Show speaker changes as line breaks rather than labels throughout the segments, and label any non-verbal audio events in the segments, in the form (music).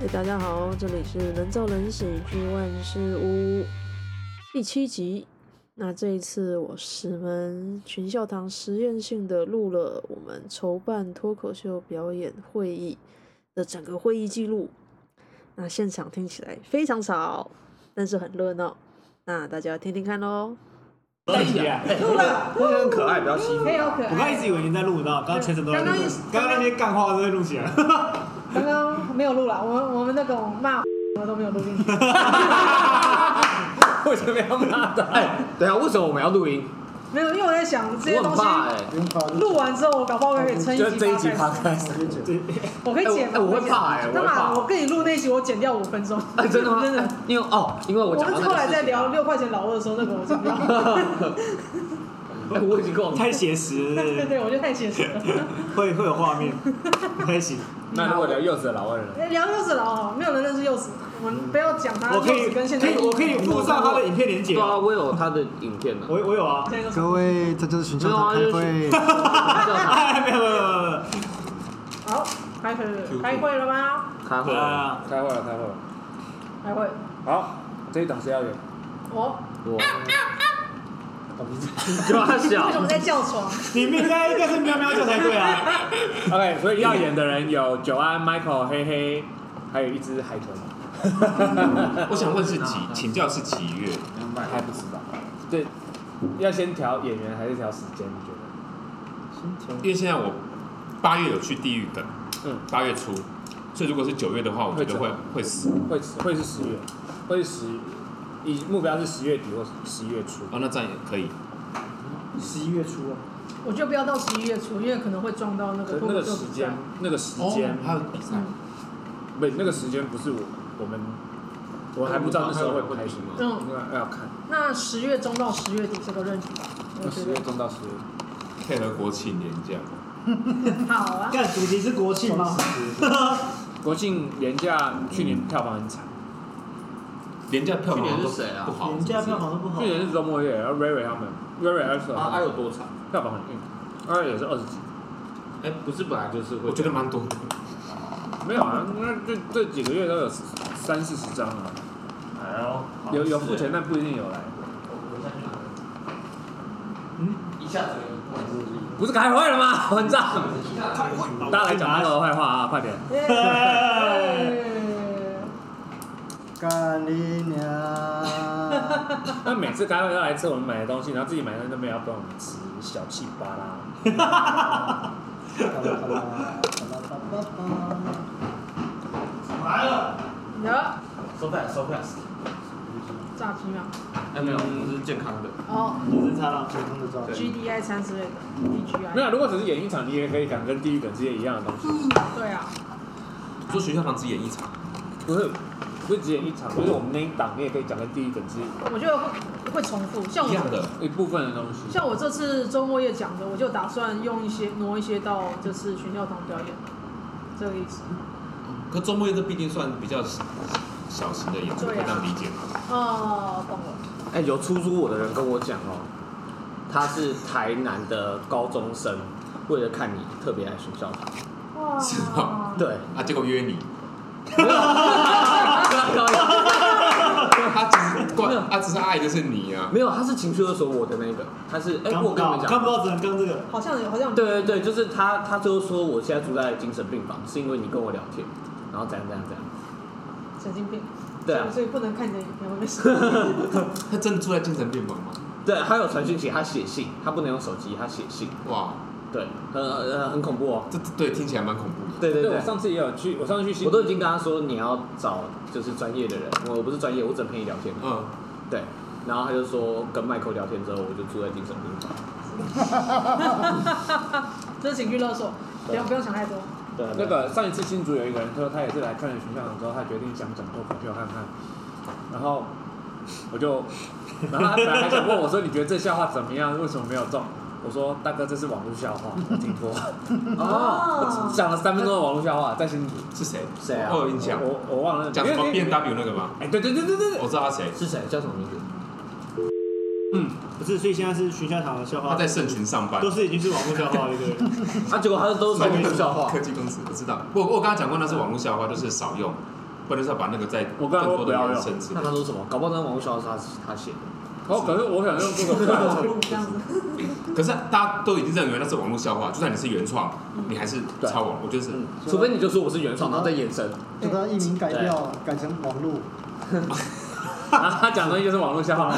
嘿、哎大家好，这里是人造人喜剧万事屋第七集。那这一次我是我们群校堂实验性的录了我们筹办脱口秀表演会议的整个会议记录。那现场听起来非常吵，但是很热闹。那大家听听看喽。
在一起啊！
那个很可爱，不要欺负。
(laughs)
非常可
(laughs) 我刚一
爱。
直以为你在录，你知道，刚刚全程都在录
刚刚一，
刚刚那些干话都在录起 (laughs) 来。
刚刚没有录了，我们我们那种骂什么都没有录
(laughs)
进去。
为什么要骂他？
(laughs)
等一下，为什么我们要录音？
没有，因为我在想这些
我
东
很
西
怕哎、
欸
录完之后，我搞不好可以撑一
就
集
是这一集
podcast
他开
(laughs)
始，
我可以剪吗，
哎我哎我会怕哎
可以剪
我
干
会怕
嘛？我跟你录那一集，我剪掉五分钟。
哎、真的吗？
(laughs) 真的。
因为哦，因为我
我
讲
们
到那
后来
个事
在
情啊
聊六块钱老二的时候，那个我剪掉。
(laughs) 哎 (laughs) 我已经够
太写实了，
对对，我觉得太写实了。
(laughs)
(laughs)
会会有画 (laughs) 面，不太行。
(laughs) 那如果聊柚子的老二呢？
哎聊柚子老好，没有人认识柚子，我们不要讲他
我
柚
可以
子跟现在
可以我可以附上他的影片连接
对。啊，我有他的影片呢、
我我有啊，
现在就是
各位，这就是寻求他
啊
开会。
(laughs) 哎没有没有没有没有
好开会了开会了吗？
开 (laughs) 会
对
了，
啊，
开会了，开会了。
开会，哦
好，这一档是要有。
我
我。抓
为什
小
么，在叫床？
你们应该应该是喵喵叫才对 (laughs) 啊。
OK，所以要演的人有九安、Michael、嘿嘿，还有一只海豚。
我想问是几？请教是几月？
还不知道。 (laughs) 对，要先调演员还是调时间？你觉得？
因为现在我八月有去地狱梗，
嗯，
八月初，所以如果是九月的话，我觉得
会
会
走
会死。
会会是十月，会是十，以目标是十月底或十一月初。
哦，那这样也可以。
十一月初啊，
我觉得不要到十一月初，因为可能会撞到那
可
个
是那个时间，那个时
哦
间，
哦还有比赛，
不，那个时间不是我我们，我还不知道那时候会不开什么，
嗯
那要看。
那十月中到十月底这个任期吧，我觉
十月
得
中到十月底。
配合国庆年假，
好啊。
干主题是国庆吗？
国庆廉假去年票房很惨，
年假票
去年
房都
是谁啊
不好，
廉价票好像不好
去。年是周末夜，然后瑞瑞他们，瑞瑞二十
啊，还
二，
有多长？
票房很硬，二也是二十几，
哎、不是本来就是会
我觉得蛮多的。
没有啊，那这这几个月都有三四十张啊，
哎呦，
有有付钱但不一定有来，
一下子
不是开会了吗？混账！大家来讲那个坏话啊，快点！ (laughs)
哎
耶
干你娘！
那每次开会都来吃我们买的东西，然后自己买的那边要不让我们吃，小气巴拉。
得
收费收费，
炸鸡嘛，
哎、没有，这是健康的。
哦
只是差了。
普通的照片。
，GDI 餐之类的，DGI。
没有，如果只是演一场，你也可以敢跟地狱梗之间一样的东西。
对啊，
做学校房子演一场，
不是，不是只演一场，就是我们那一档，你也可以讲跟第一等级
我觉得会会重复，像
一样
我
的。
一部分的东西。
像我这次周末夜讲的，我就打算用一些挪一些到这次群教堂表演，这个意思。
可周末夜这毕竟算比较小型的演出，可以
对啊
这样理解吗？
哦，懂了。
哎、有出租我的人跟我讲哦，他是台南的高中生，为了看你特别来学校他。
哇，
是吗
(laughs) 对，
啊，结果约你，
没
他只是
没有
关，他只是爱的是你啊。
有，他是情绪勒索我的那个，他是哎、
刚
我
不
跟你
到，
们
刚
讲，
不到只能刚这个。
好像有好像有
对对对，就是他，他最后说我现在住在精神病房，是因为你跟我聊天，然后怎样怎样怎样，
神经病。
对啊
所以所以不能看你的影片，我没事。
他真的住在精神病房吗？
对，他有传讯息，他写信，他不能用手机，他写信，
哇，
对，很呃很恐怖哦，
这这对听起来蛮恐怖的。
对对
对，
对
我，上次也有去，我上次去新
我都已经跟他说你要找就是专业的人，我不是专业，我只能陪你聊天，
嗯，
对，然后他就说跟麦克聊天之后，我就住在精神病房，
这是情绪勒索，不要不要想太多。
对，
那个上一次新竹有一个人说他也是来看了群像之后，他决定想讲脱口秀看看，然后我 (laughs) 就，然后他本来还想问我说你觉得这笑话怎么样？为什么没有中？我说大哥这是网络笑话，我听 (laughs) 过，
哦，
哦
讲了三分钟的网络笑话在新竹，
是谁？
谁啊
我有印象。
我我忘了
讲什么
因为
B N W 那个吗？
哎对对对对对，
我知道他
啊
谁，
是谁叫什么名字？
嗯，不是，所以现在是群教堂的笑话。
他在社群上班
都，是已经是网络笑话了，对不对？
啊，结果他都是
还
网
没
络 (laughs)
说
笑话
科，技公司我知道。我我刚刚讲过那是网络笑话，就是少用，不然就是要把那个再
我
更
刚刚
多
不
的
要
延
用
伸之
那
类
他
的。
说什么？搞不好那王小是他他写的。
哦，可是我想用这个
这 (laughs) 样子，
嗯
可是大家都已经认为那是网络笑话，就算你是原创，
嗯
你还是
对
抄网，我就是
嗯，除非你就说我是原创，然后再延伸。
就把它艺名改掉，改成网络。
然后他讲的东西就是网络笑话。哇！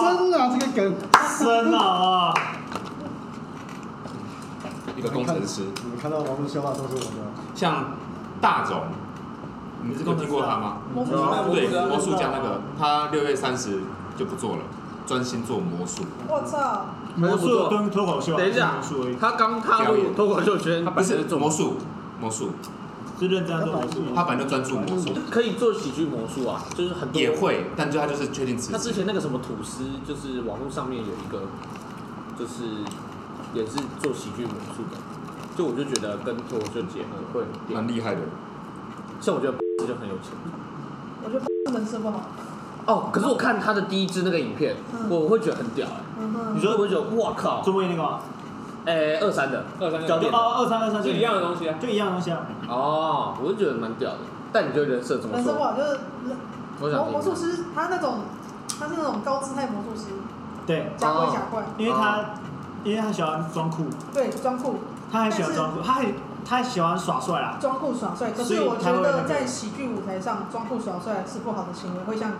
深啊，这个梗，
深啊！
一个工程师，
你们看到网络笑话都是我的。
像大总，你们有听过他吗？
魔术
对
师
啊
对，魔术家那个，他六月三十就不做了，专心做魔术。
我操，
魔
不
术
错
跟脱口秀啊，
等一下
魔术而已，
他刚踏入脱口秀圈，
不是魔术，魔术，
是认真在做魔术吗。
他本来就专注魔术，
可以做喜剧魔术啊，就是很多
也。会，但就他就是确定辞
他之
职。
前那个什么吐司，就是网络上面有一个，就是也是做喜剧魔术的，就我就觉得跟脱口秀结合会很屌
蛮厉害的，
像我觉得 (laughs) 就很有钱
我 (laughs) 觉得人设不好。
哦。可是我看他的第一支那个影片，
嗯
我会觉得很屌哎、
嗯哼
你
所以
说
我就觉得哇靠，
中卫那个吗？
哎二三的
二三
焦
个
就
点
哦，二三二三
是一样的东西啊。
就一样东西啊。
哦，我就觉得蛮屌的。但你觉得人设怎么
人设不
说？
好就是人
我想
魔
听
魔术师，他那种他是那种高姿态魔术师，
对，
假
哦
怪假怪，
因为他因为他喜欢装酷，
对，装酷
他很喜欢装酷，他很他喜欢耍帅啦。
装酷耍帅。可
所
是
以
我
他
觉
会那
得
个
在喜剧舞台上装酷耍帅是不好的行为，会像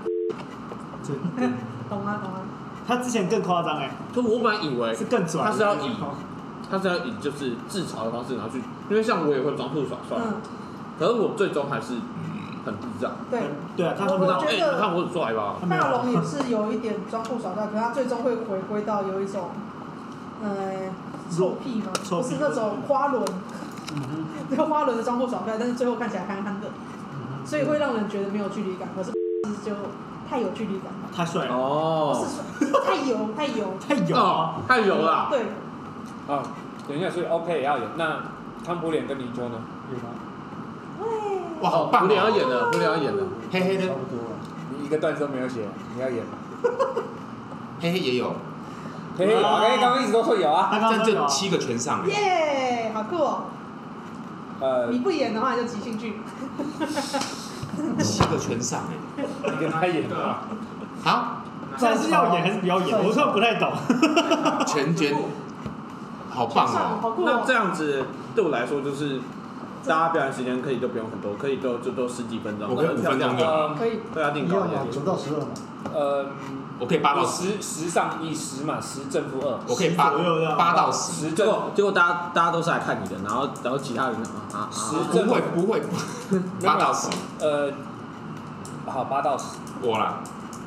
对
(laughs) 懂吗懂吗？
他之前更夸张哎，
就我本来以为
是更拽。
他是要以他是要以就是自嘲的方式，然后去，因为像我也会装酷耍帅，
嗯，
可是我最终还是很智障。
对。
对啊，他
我
后
不
面
我
知道，
觉
哎、
得
你看我很帅吧？
他没有
啊
大龙也是有一点装酷耍帅，可是他最终会回归到有一种，呃，臭屁吗？
臭
不
屁
是那种花轮，
嗯
这个花轮的装酷耍帅，但是最后看起来憨憨的，
嗯
所以会让人觉得没有距离感。可是就太有距离感了，
太帅了，
哦，
是说太油太油，
太有了。
哦，太油了。
对，
啊，等一下，所以 OK 也要演。那汤普脸跟泥鳅呢？
哇，好棒、
不
哦！
脸
啊
要演了，不脸要演了。
黑黑
差
的，
不多了。
你一个段子都没有写，你要演。
黑黑也有，
可以，我刚刚一直都说有啊。
他
这
刚
样
刚有
就
啊
七个全上欸了。
耶，好酷哦！
呃，
你
你
不演的话你就即兴剧，
七个全上哎、
跟他演吧。
好，
算是要演还是不要演？我突然不太懂。
全全，好棒
啊
算了，
哦！
好酷
那这
哦！
样子对我来说就是，大家表演时间可以都不用很多，可以都就都十几分钟，
我可以五分钟就好
呃
可以，
对啊，定
一
高
样
一
嘛，
点。
九到十二嘛。
呃，
我可以八到
我
十，
十十上一十嘛，十正负二。
我可以八
左右这啊样
八到十。
十
结
正
果结果大家大家都是来看你的，然后然后其他人啊啊啊
十
啊
不会不会，八到十，
呃，好八到十，
我啦，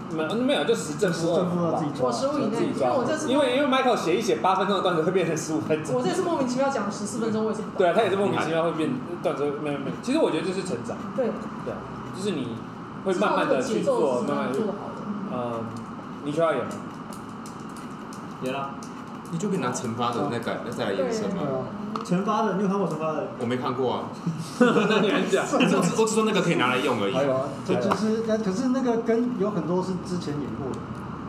没有没有就十正
十
负二
正负
嘛
二
吧
自。己抓
我。十五以内，
自己
因为
抓
我这次，
因为因为 Michael 写一写八分钟的段子会变成十五分钟。
我这次莫名其妙讲了十四分钟，我也是不懂。
对啊，他也是莫名其妙会变段子，没有没有。其实我觉得就是成长，
对，
对啊，就是你会慢慢的去
知道
做，
那个节奏是
慢慢地
做
去
的。好的。
呃，你需要演吗？
演了，
你就可以拿惩罚的那
嗯
个再来延伸
对
嘛。
啊，
惩罚的，你有看过惩罚的？
我没看过啊，
那你很讲，
我只我只说那个可以拿来用而
还有
已。
啊，这就是，但可是那个跟哎有很多是之前演过的，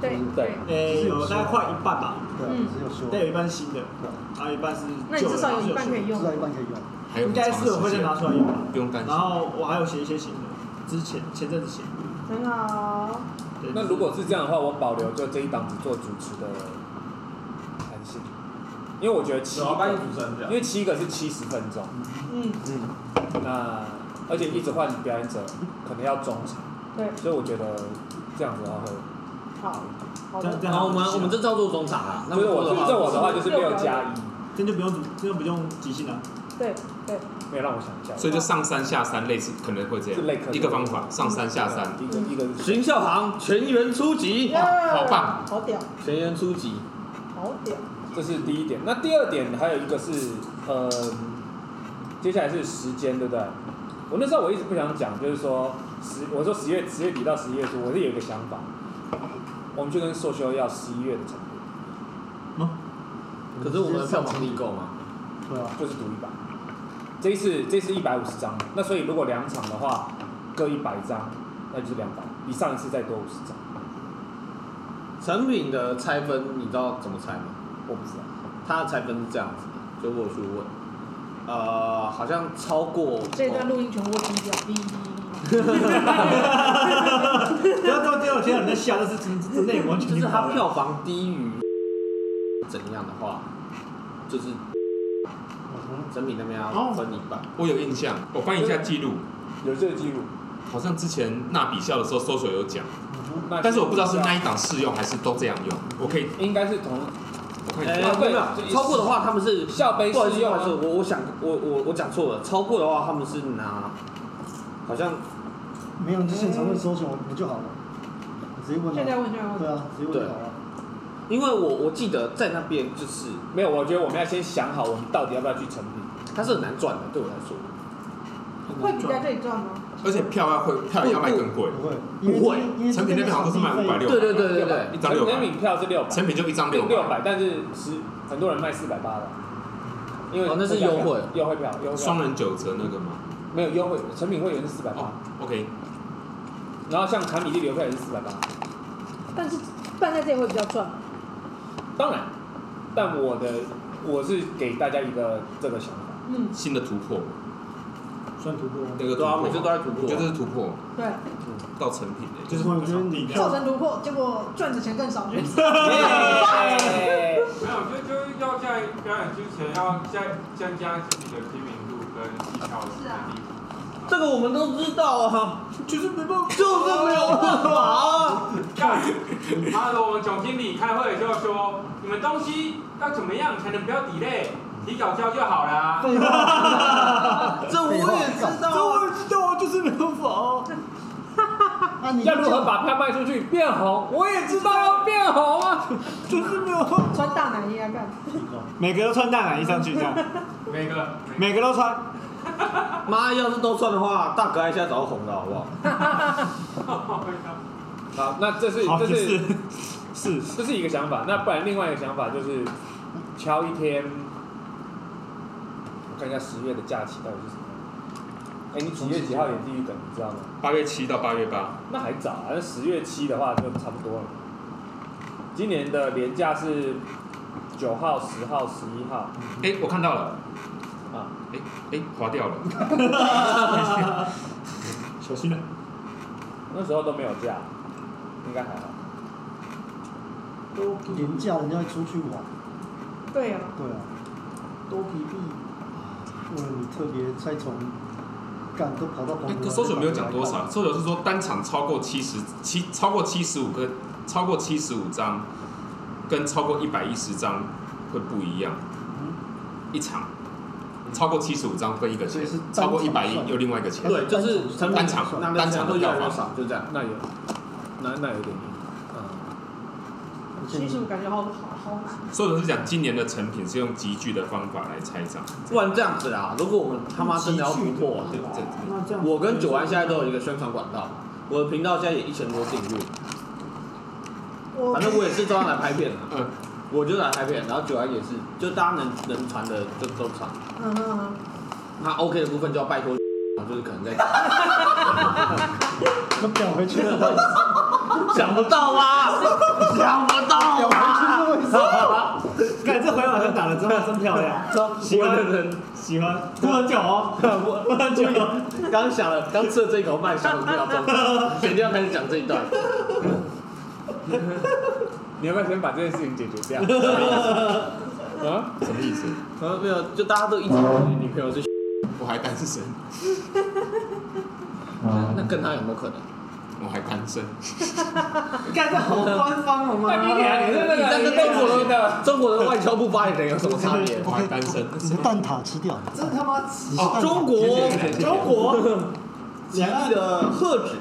对对，
诶，有大概快一半吧，
对啊，
嗯
只有修。
但
对
有一半是新的，
啊，
还有一半是
那你
旧
至
的。
少有
然后是
一半可以
修
至
用。
少一半可以用。
还
的
有
应该是我会再拿出来用吧。
不用担心
然。后我还有写一些新的，之前前阵子写的。
很好，
对
那如果是这样的话，我保留就这一档子做主持的弹性，因为我觉得七
有啊，帮你主持人
因
讲。
为七个是七十分钟，
嗯，
那而且一直换表演者，可能要中场，
对，
所以我觉得这样子的话会，
好，好
这样
的，
这
然
样，
后我们我们这照做中场啊，那
就是
么
我
多的话
这我的话就是六加一，
这就不用这就不用即兴了。 (laughs)
对对，
没有让我想一下，
所以就上三下三，类似可能会这
是类
样
可
一个方法，上三下三。
一个一个是
行孝行全员出击，
好棒，
好屌，
全员出击。
好屌，
这是第一点。那第二点还有一个是，呃，接下来是时间，对不对？我那时候我一直不想讲，就是说十，我说十月十月底到十一月初，我是有一个想法，我们就跟硕修要十一月的程度，
可是我们的票房力够吗？
对啊，
就是赌一百。这一次这次一百五十张，那所以如果两场的话，各一百张，那就是两百，比上一次再多五十张。
成品的拆分你知道怎么拆吗？
我不知道，
它的拆分是这样子的，就我有去问，呃，好像超过哦
这段录音全部听掉，哔。
不要到最后听到你在笑，但是真真的完全
(laughs) 就
听
是
不
它
到
票房低于怎样的话，就是整体那边要分一半。
我有印象，我翻一下记录，
有这个记录，
好像之前纳比校的时候搜索有讲，
那
但是我不知道是那一档适用还是都这样用。我可以，
应该是同
我看一
哎
下，
啊
没
对
有
这意思
超过的话，他们是
校杯
不好意
适
思，不
用
好意思，
啊，
我我想我我我讲错了。超过的话，他们是拿好像
没有，你就现场问搜寻我不就好了？直接问啊。
现在问，现在
对
问。
啊，直接问就好了。
因为我我记得在那边就是
没有，我觉得我们要先想好我们到底要不要去成品，
它是很难赚的，对我来说。
会比在这里赚吗？
而且票要会票要卖更贵，
不会，啊因为
不会
因为
成品那边好像都是卖560
对对对对对，
一张六
成
百，
品票是六百，
成品就一张六
六
百，
百，但是十很多人卖四百八的，因为
哦那是优惠
优惠票，优惠票
双人九折那个吗？
没有优惠，成品会员是四百八，
哦，OK，
然后像产品力流票也是四百八，
但是办在这里会比较赚。
当然，但我的我是给大家一个这个想法，
嗯，
新的突破，
算突破吗？
那个突
对啊，
破，
每次都在突
我
破
觉。得这是突破
对，
到成品的，就是
我觉得你
(laughs)
造成突破，结果赚的钱更少，就是
没有，就就是
耶
要在表演之前要再增加自己的知名度跟技巧的能力。
这个我们都知道啊，
就是没办
(laughs)
法，
就是没有办法啊。
干，他说我们总经理开会的时候说，你们东西要怎么样才能不要 delay，提早交就好了啊。
废话，
这我也知道啊。
知道啊，就是没有法。
啊你
要如何把票卖出去变红？我也知道要变红啊，
(laughs) 就是没有办法。
穿大奶衣来干。
每个都穿大奶衣上去这样，
每个
每个都穿。
妈，要是都算的话，大哥一下早就红了，好不好？
好，那这是
好，
这
就是是是
这是一个想法，那不然另外一个想法就是敲一天，我看一下十月的假期到底是什么。哎、你几月几号演地狱梗，你知道吗？
八月七到八月八，
那还早啊，那十月七的话就差不多了。今年的年假是九号、十号、十一号
哎，我看到了，
啊，
哎哎，划掉了， (laughs)
小心了。
那时候都没有假，应该还好。
都廉价，人家会出去玩，
对啊，
对啊，都皮币，为了你特别再从干都跑到澎湖
那
来，
个搜索没有讲多少，搜索是说单场超过七十七，超过七十五个，超过七十五张，跟超过一百一十张会不一样，一场超过七十五张分一个
所
钱
以是，
超过一百
单场
一
算
又另外一个钱，
对，就是成
单
品
场
拿的
单
钱
场
会
的
越
票
来越
房，
少，就这样。
那有，那那有点硬啊。
而且
七十
你
五感觉好好好难。
搜索是讲今年的成品是用集聚的方法来拆账，
不然这样子啦，如果我们他妈真的要突破，
对这这
那这样，
我跟九安现在都有一个宣传管道，我的频道现在也一千多订阅，
我
反正我也是照样来拍片的，
嗯
我就来拍片，然后九安也是，就大家能能传的就都传，
嗯嗯嗯，
那 OK 的部分就要拜托，就是可能在
那表回去了，
(laughs) 想不到吧，想不到啊 (laughs) 吧，
看这回好像打了之后真漂亮，喜欢的人喜欢，不能讲哦，不能讲哦。
刚想了，刚吃了这一口麦，想了不要中，决定要开始讲这一段，
你要不要先把这件事情解决掉？啊？
什么意思？
然后没有，就大家都一直觉得女朋友是，
我还单身，
那跟他有没有可能？
我还单身，
看这好官方好吗？
那你俩你是那
你
个
在跟中国的中国的外交部发言人有什么差别？
我还单身。
你的蛋挞吃掉，真他妈吃
哦
中国
谢谢谢，谢
中国，两岸的贺纸，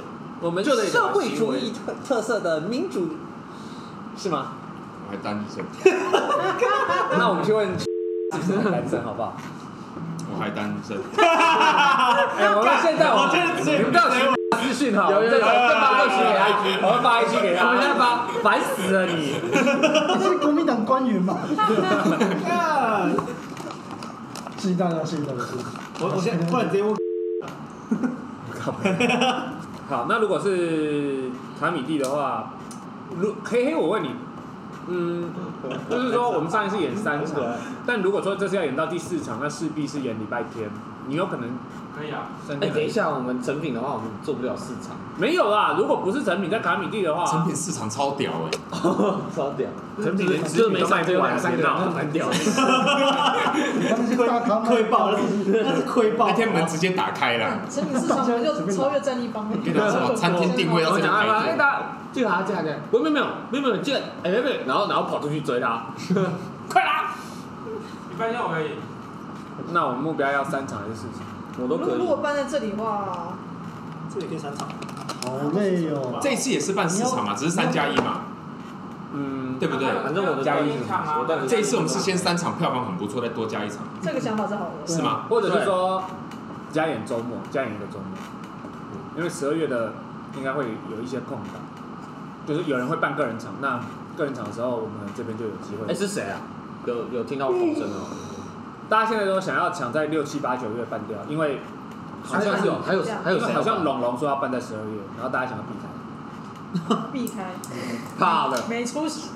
我们社会主义特特色的民主，
是吗？
我还单身，
那我们去问是不是很单身好不好？
我还单身。
哎、我们现在
我
我
觉得
你们不要群资讯哈，
有有有
我们再发
有有有
过去给他，我们发 IG 给他，我们现在发，烦死了你。
你是国民党官员吗？
啊
谢谢大家，谢谢大家，谢谢。
我我现在不然直接问，
好，那如果是卡米蒂的话，如嘿嘿，我问你，嗯，就是说我们上一次演三场，但如果说这是要演到第四场，那势必是演礼拜天，你有可能
可以啊，
三
哎、
天、
等一下，我们成品的话，我们做不了市场，
没有啦。如果不是成品在卡米蒂的
成
话，
品市场超屌哎、
超屌，
成品连
就是
纸
每
笔都卖
场只
不
有
完，
两三个人，那
到
蛮屌的。
他们是大咖
亏
吗？
爆了，那是亏爆。
那天门直接打开了，
成品市场我们就超越战力帮了。
跟他说什么餐厅定位
然
要
后
怎
讲
么
哎
排
哎，
队？
大家这个啊，这个啊，这个啊，我没有没有没有没有这个，哎没有没有，然后然后跑出去追 (laughs) 他，快啦，
礼拜天我可以。
那我们目标要三场还是四场？
我都
如果
可
如果
以。
办在这里的话，
这也可以三场，
好累哦。
这一次也是办四场嘛，只是三加一嘛，
嗯，
对不对？
反正我的
加
一
一场啊
我当然
这一次我们是先三场，票房很不错，再多加一场，
这个想法是好的。
是吗？
或者是说加演周末，加演一个周末，因为十二月的应该会有一些空档，就是有人会办个人场，那个人场的时候，我们这边就有机
哎
会。
是谁啊？有有听到风声哦，
大家现在都想要抢在六七八九月办掉，因为
好像是有，还有还
因
有
为
谁啊？
好像龙龙说要办在十二月，然后大家想要避开。
避开
怕了，
没出息，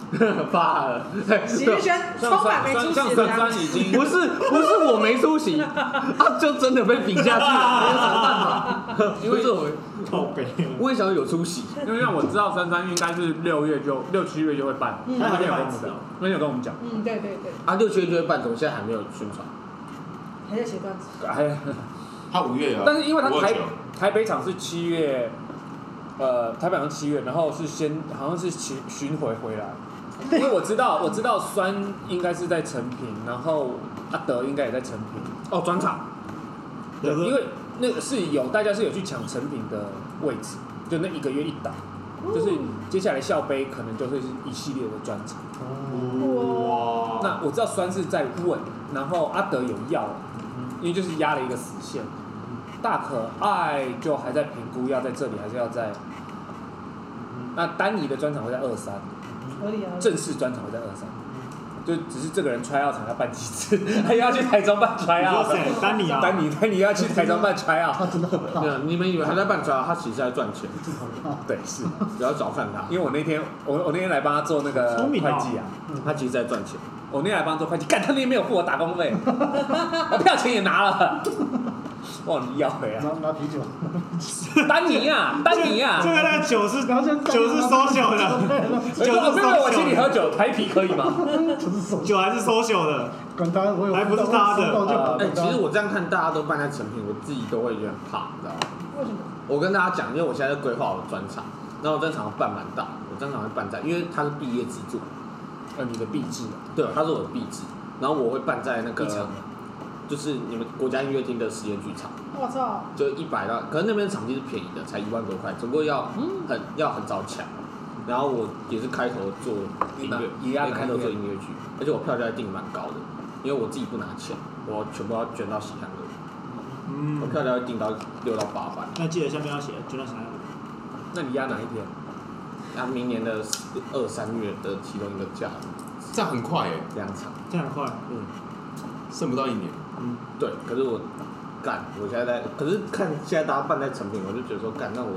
怕了，
喜剧圈充满没出
像
息的
酸
人。
酸已经
不是不是我没出息，啊，就真的被比下去了，没有什么办法。因为我
靠北。
我也想要有出息，
(laughs) 因为让我知道珊珊应该是六月就六七月就会办，
嗯
她那天有跟我们讲，那天有跟我们讲，
嗯，对对对，
啊，六七月就会办，怎么现在还没有宣传？
还在写段子。
哎，
嗯
他五月有，
但是因为他
五二
台
九
台北场是七月，呃，台北场是七月，然后是先好像是巡巡回回来，因为我知 (laughs) 道我知道酸应该是在成品，然后阿德应该也在成品，哦，专场，对，因为那个是有大家是有去抢成品的位置，就那一个月一档，就是接下来校杯可能就会是一系列的专场。
哇，
那我知道酸是在问，然后阿德有要，
嗯
因为就是压了一个死线。大可爱就还在评估要在这里还是要在。
嗯
那丹尼的专场会在二三，
合理啊。
正式专场会在二三，
嗯
就只是这个人 try out 场要办几 (laughs) 次，他又要去台中办 try
你
out
说。谁？丹尼啊？
丹尼，丹尼要去台中
(laughs)
办 try out。
他真的很
没
大，
有，你们以为他在办抓，他其实在赚钱，
真的很大。
对，是
不要小看他，
因为我那天我我那天来帮他做那个
聪
会
明哦
计啊，
他其实在赚钱。
我那天来帮他做会计，干他那天没有付我打工费， (laughs) 我票钱也拿了， (laughs) 忘了要回啊
拿。拿啤酒，
丹尼呀、丹尼啊呀、
这个那个酒是
然后就
酒是 social 的，
我
酒
说
是
没有没有，我请你
social
喝酒，台啤可以 (laughs) 吗？
就是手，
酒还是 social 的。
管他我有
还不是他的
收到就好
哎、其实我这样看大家都办在成品，我自己都会有点怕，你知道吗？
为什么？
我跟大家讲，因为我现在在规划我的专场，然后我专场要办蛮大，我专场会办在，因为它是毕业制作，
呃，你的壁纸，
对，它是我的毕制，然后我会办在那
一场
个就是你们国家音乐厅的实验剧场，
我操！
就一百到，可能那边场地是便宜的，才一万多块，只不过要
嗯
很要很早抢。然后我也是开头做音乐，
也要
也开
看
头做
音乐
音乐剧，而且我票价定蛮高的，因为我自己不拿钱，我全部要捐到喜憨乐，我
嗯，
票价要定到六到八百。
那记得下面要写，就那啥。
那你压哪一天？
那明年的二三月的其中一个假日
这样很快哎、
两场，
这样很快，
剩不到一年。
对，可是我干，我现在在，可是看现在大家办在成品，我就觉得说干，那我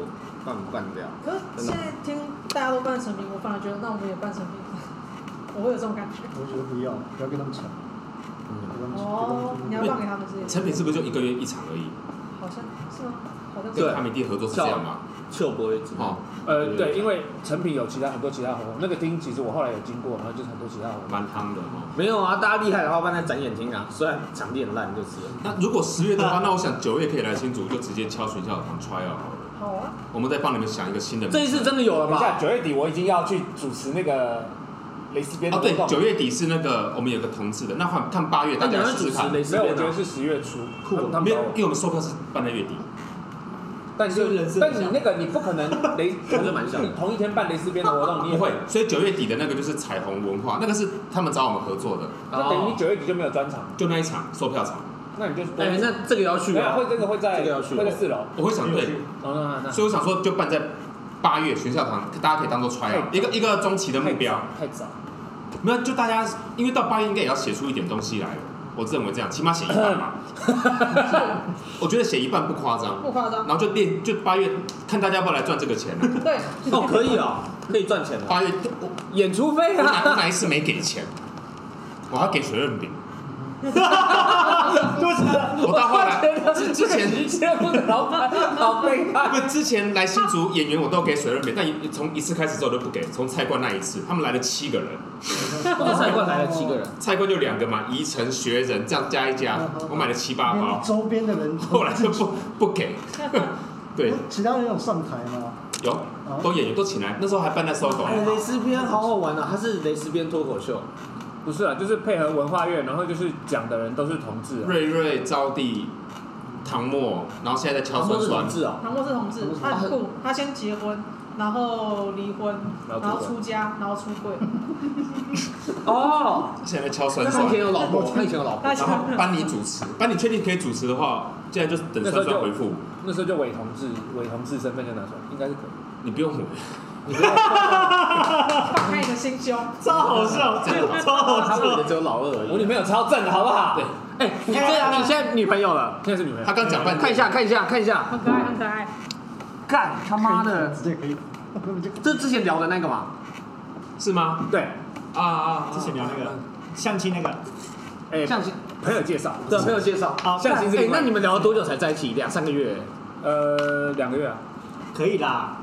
办不办掉？
可是现在听大家都办成品，我反而觉得那我们也办成 (laughs) 哦品，我会有这种感觉。
我觉得不要，不要跟他们抢，
嗯
给他们
哦，你要
抢，
让给他们自己。
成品是不是就一个月一场而已？
好像是吗？好像
对
跟他们弟合作是这样吗？
秀不会知
哦
道，，
呃，对，因为成品有其他很多其他活动，那个厅其实我后来有经过，然后就是很多其他活动。
蛮夯的哦。
没有啊，大家厉害的话办在展演厅啊，虽然场地很烂就是了。
那如果十月的话，那我想九月可以来新竹，就直接敲学校堂 try out 好了。
好啊，
我们再帮你们想一个新的名字。
这一次真的有了
等一下
吧？
九月底我已经要去主持那个蕾丝边的
哦，
活
对，
动，
九月底是那个我们有个同事的，那换看八月
那
大
你
家
要
试
主
试
持
看。
蕾丝
没有，我
边
觉得
啊？
是十月初，他们他
没
们
有
找，
因为我们售票是办在月底，
我，但
这人
是
生
但你那个你不可能蕾，
还是蛮像的
你同一天办蕾丝边的活
嗯 (laughs)
动，你也
不会，，所以九月底的那个就是彩虹文化，那个是他们找我们合作的，
那
哦
等于你九月底就没有专场，
就那一场售票场，
那你就是
哎、那这个要去
没有
啊
会？这个会在
这个要去哦
会在四楼，
我会想对，
哦，那那
所以我想说就办在八月学校堂，大家可以当做 try out 一个一个中期的目标。
太早，
没有，就大家因为到八月应该也要写出一点东西来了，我认为这样，起码写一半吧。我觉得写一半不夸张，
不夸张
然。后就练，就八月看大家要不要来赚这个钱了、
对， (laughs)
哦，可以哦，可以赚钱的。
八月我
演出费 (laughs)
我哪我
啊，
哪一次没给钱？我还给水润饼，
就是
我到后来
觉得
之之前
这样的老板好悲 (laughs) 哀。
不，之前来新竹演员我都给水润美，但一从一次开始之后都不给。从蔡冠那一次，他们来了七个人，
蔡冠来了七个人，
蔡冠就两个嘛，宜城、学人这样加一
嗯
加，我买了七八包
连，周边的人都
后来就不 (laughs) 不给。对，
嗯
其他人有上台
(laughs)
吗？
有都演员都请来，那时候还办在搜狗，
哎，蕾丝边好好玩啊，它是蕾丝边脱口秀，
不是啊，就是配合文化院，然后就是讲的人都是同志、啊。
瑞瑞、招娣、唐默，然后现在在敲
他
酸
是
酸
同。志哦，
唐默是同志，他很酷，他先结婚，然后离婚，
然后出轨
然后出家，然后出柜，
哦，
现在在敲酸
那他以
酸
前。有老婆，他以前有老婆，
他喜
然后班尼主持，
嗯
班尼确定可以主持的话，现在就等酸酸回复，
那时候就伪同志，伪同志身份就拿出来，应该是可以。
你不用回。
嗯
放开你的心胸，
超好笑，超好
他以
笑
前。只有老二而
我
已。
女朋友啊超正的，好不好？
对，
哎、你这你现在女朋友了？
现在是女朋友
他。刚讲半天
看一下，看一下，看一下，
很可爱，很可爱。
干他妈的！
直接可以，那么就
这之前聊的那个嘛，
是吗？
对，
啊啊啊！
之前聊那个相亲那个，
哎、
相亲
朋友介绍，
啊
对朋友介绍。
好，
相亲是
哎、
另外
那你们聊了多久才在一起？两三个月？
呃两个月啊，
可以啦，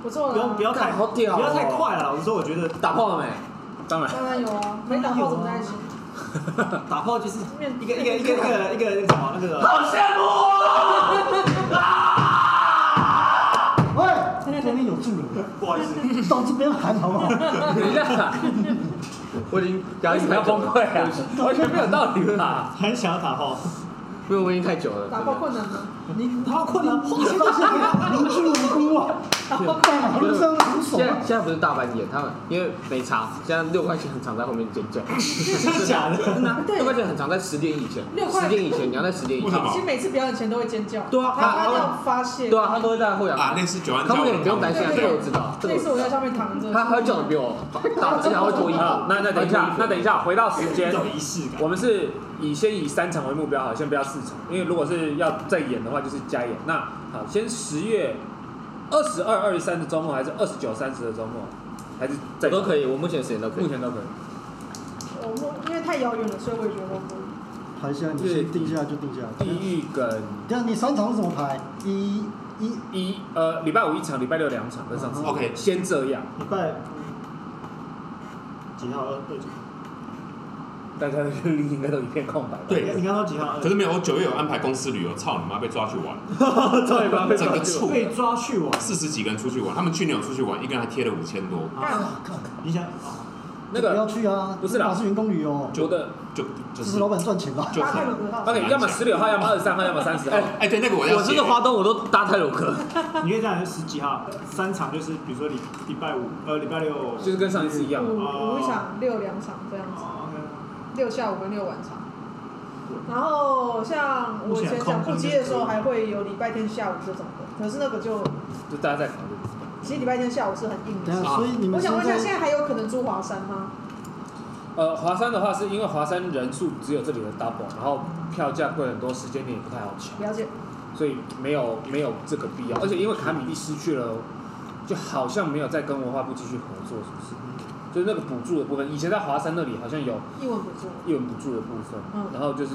不错
不用
了
不，要太
干好屌哦
不要太快了。我说我觉得
打炮了没？
当然
当然有啊，没打炮怎么在一起？
(laughs) 打炮就是
面
一个一个一个一个一个那个什么那个。
好羡慕哦！啊！
喂，这边有住人，
不好意思，
到这边喊好不好？
等一下，
我已经
为什么 (laughs) 要崩溃啊？完全没有道理吧？
很想要打炮，
没有，我已经太久了。
打
真
炮
的
困难吗？
你他困了，你先到下面，邻居无辜啊，在马路上无所
现在现在不是大半夜，他们因为没差，现在六块钱很常在后面尖叫，
真的假的？
真的啊六块钱很常在十点以前，
六块
十点以前你要在十点以
为
前
什，么
其实每次表演前都会尖叫，
对啊
他
他
他要发泄，
对啊，他都会在后
啊，
仰，
类似九安
他
交
们也不用担心，啊，这个我知道，这个
那
我
次
知
我在
道。
上面躺着，
他他叫的比我大，而且还会脱衣服
(laughs) 好，。啊那那等一下，那等一下，回到时
一
(laughs) 间，
种仪式感。
我们是以先以三场为目标，好，先不要四场，因为如果是要再演的话，就是加演。那好，先十月二十二、二十三的周末，还是二十九、三十的周末，还是再
都可以，我目前时间都可
目
以。
前都可以。
我我因为太遥远了，所以我也觉得我不
排下你先定下就定下。
地狱梗
这样你三场是什么排？一一
一呃，礼拜五一场，礼拜六两场，跟上次
嗯 OK
先这样，
礼拜几号？二二九？
大家的日历应该都一片空白吧。
对
你刚刚说几号？ (laughs)
可是没有，我九月有安排公司旅游，操你妈，被抓去玩，
(laughs) 对吧？
整个处
被抓去玩。
四十几个人出去玩，他们去年有出去玩，一个人还贴了五千多，
啊，靠！
你想，
(laughs) 那
不
个
要去啊！
不是啦
这哪是员工旅游，
我的
就就
这
是
是老板赚钱吧？
就
搭泰
很
鲁格号，
OK，要么十六号，要么二十三号，要么三十号。
哎对，那个我要
我
写
这个花东我都搭泰鲁克，
你可以这样，十几号三场就是，比如说礼礼拜五，呃，礼拜六。
就是跟上一次一
嗯
样，
五五一场，六两场这样子。
哦
六下午跟六晚场。然后像我以前讲腹肌的时候，还会有礼拜天下午这种的，可是那个就
就大家在考虑。
其实礼拜天下午是很硬
等
啊
的。
一
啊
下，所以你
我
们
想
现
问一下，现在
在
还有可能租华山吗？
呃，华山的话是因为华山人数只有这里的 double，然后票价贵很多，时间点也不太好抢，
了解，
所以没有没有这个必要。而且因为卡米利失去了，就好像没有再跟文化部继续合作，是不是？就是那个补助的部分，以前在华山那里好像有
一文不做。
一文补助的部分，
嗯
然后就是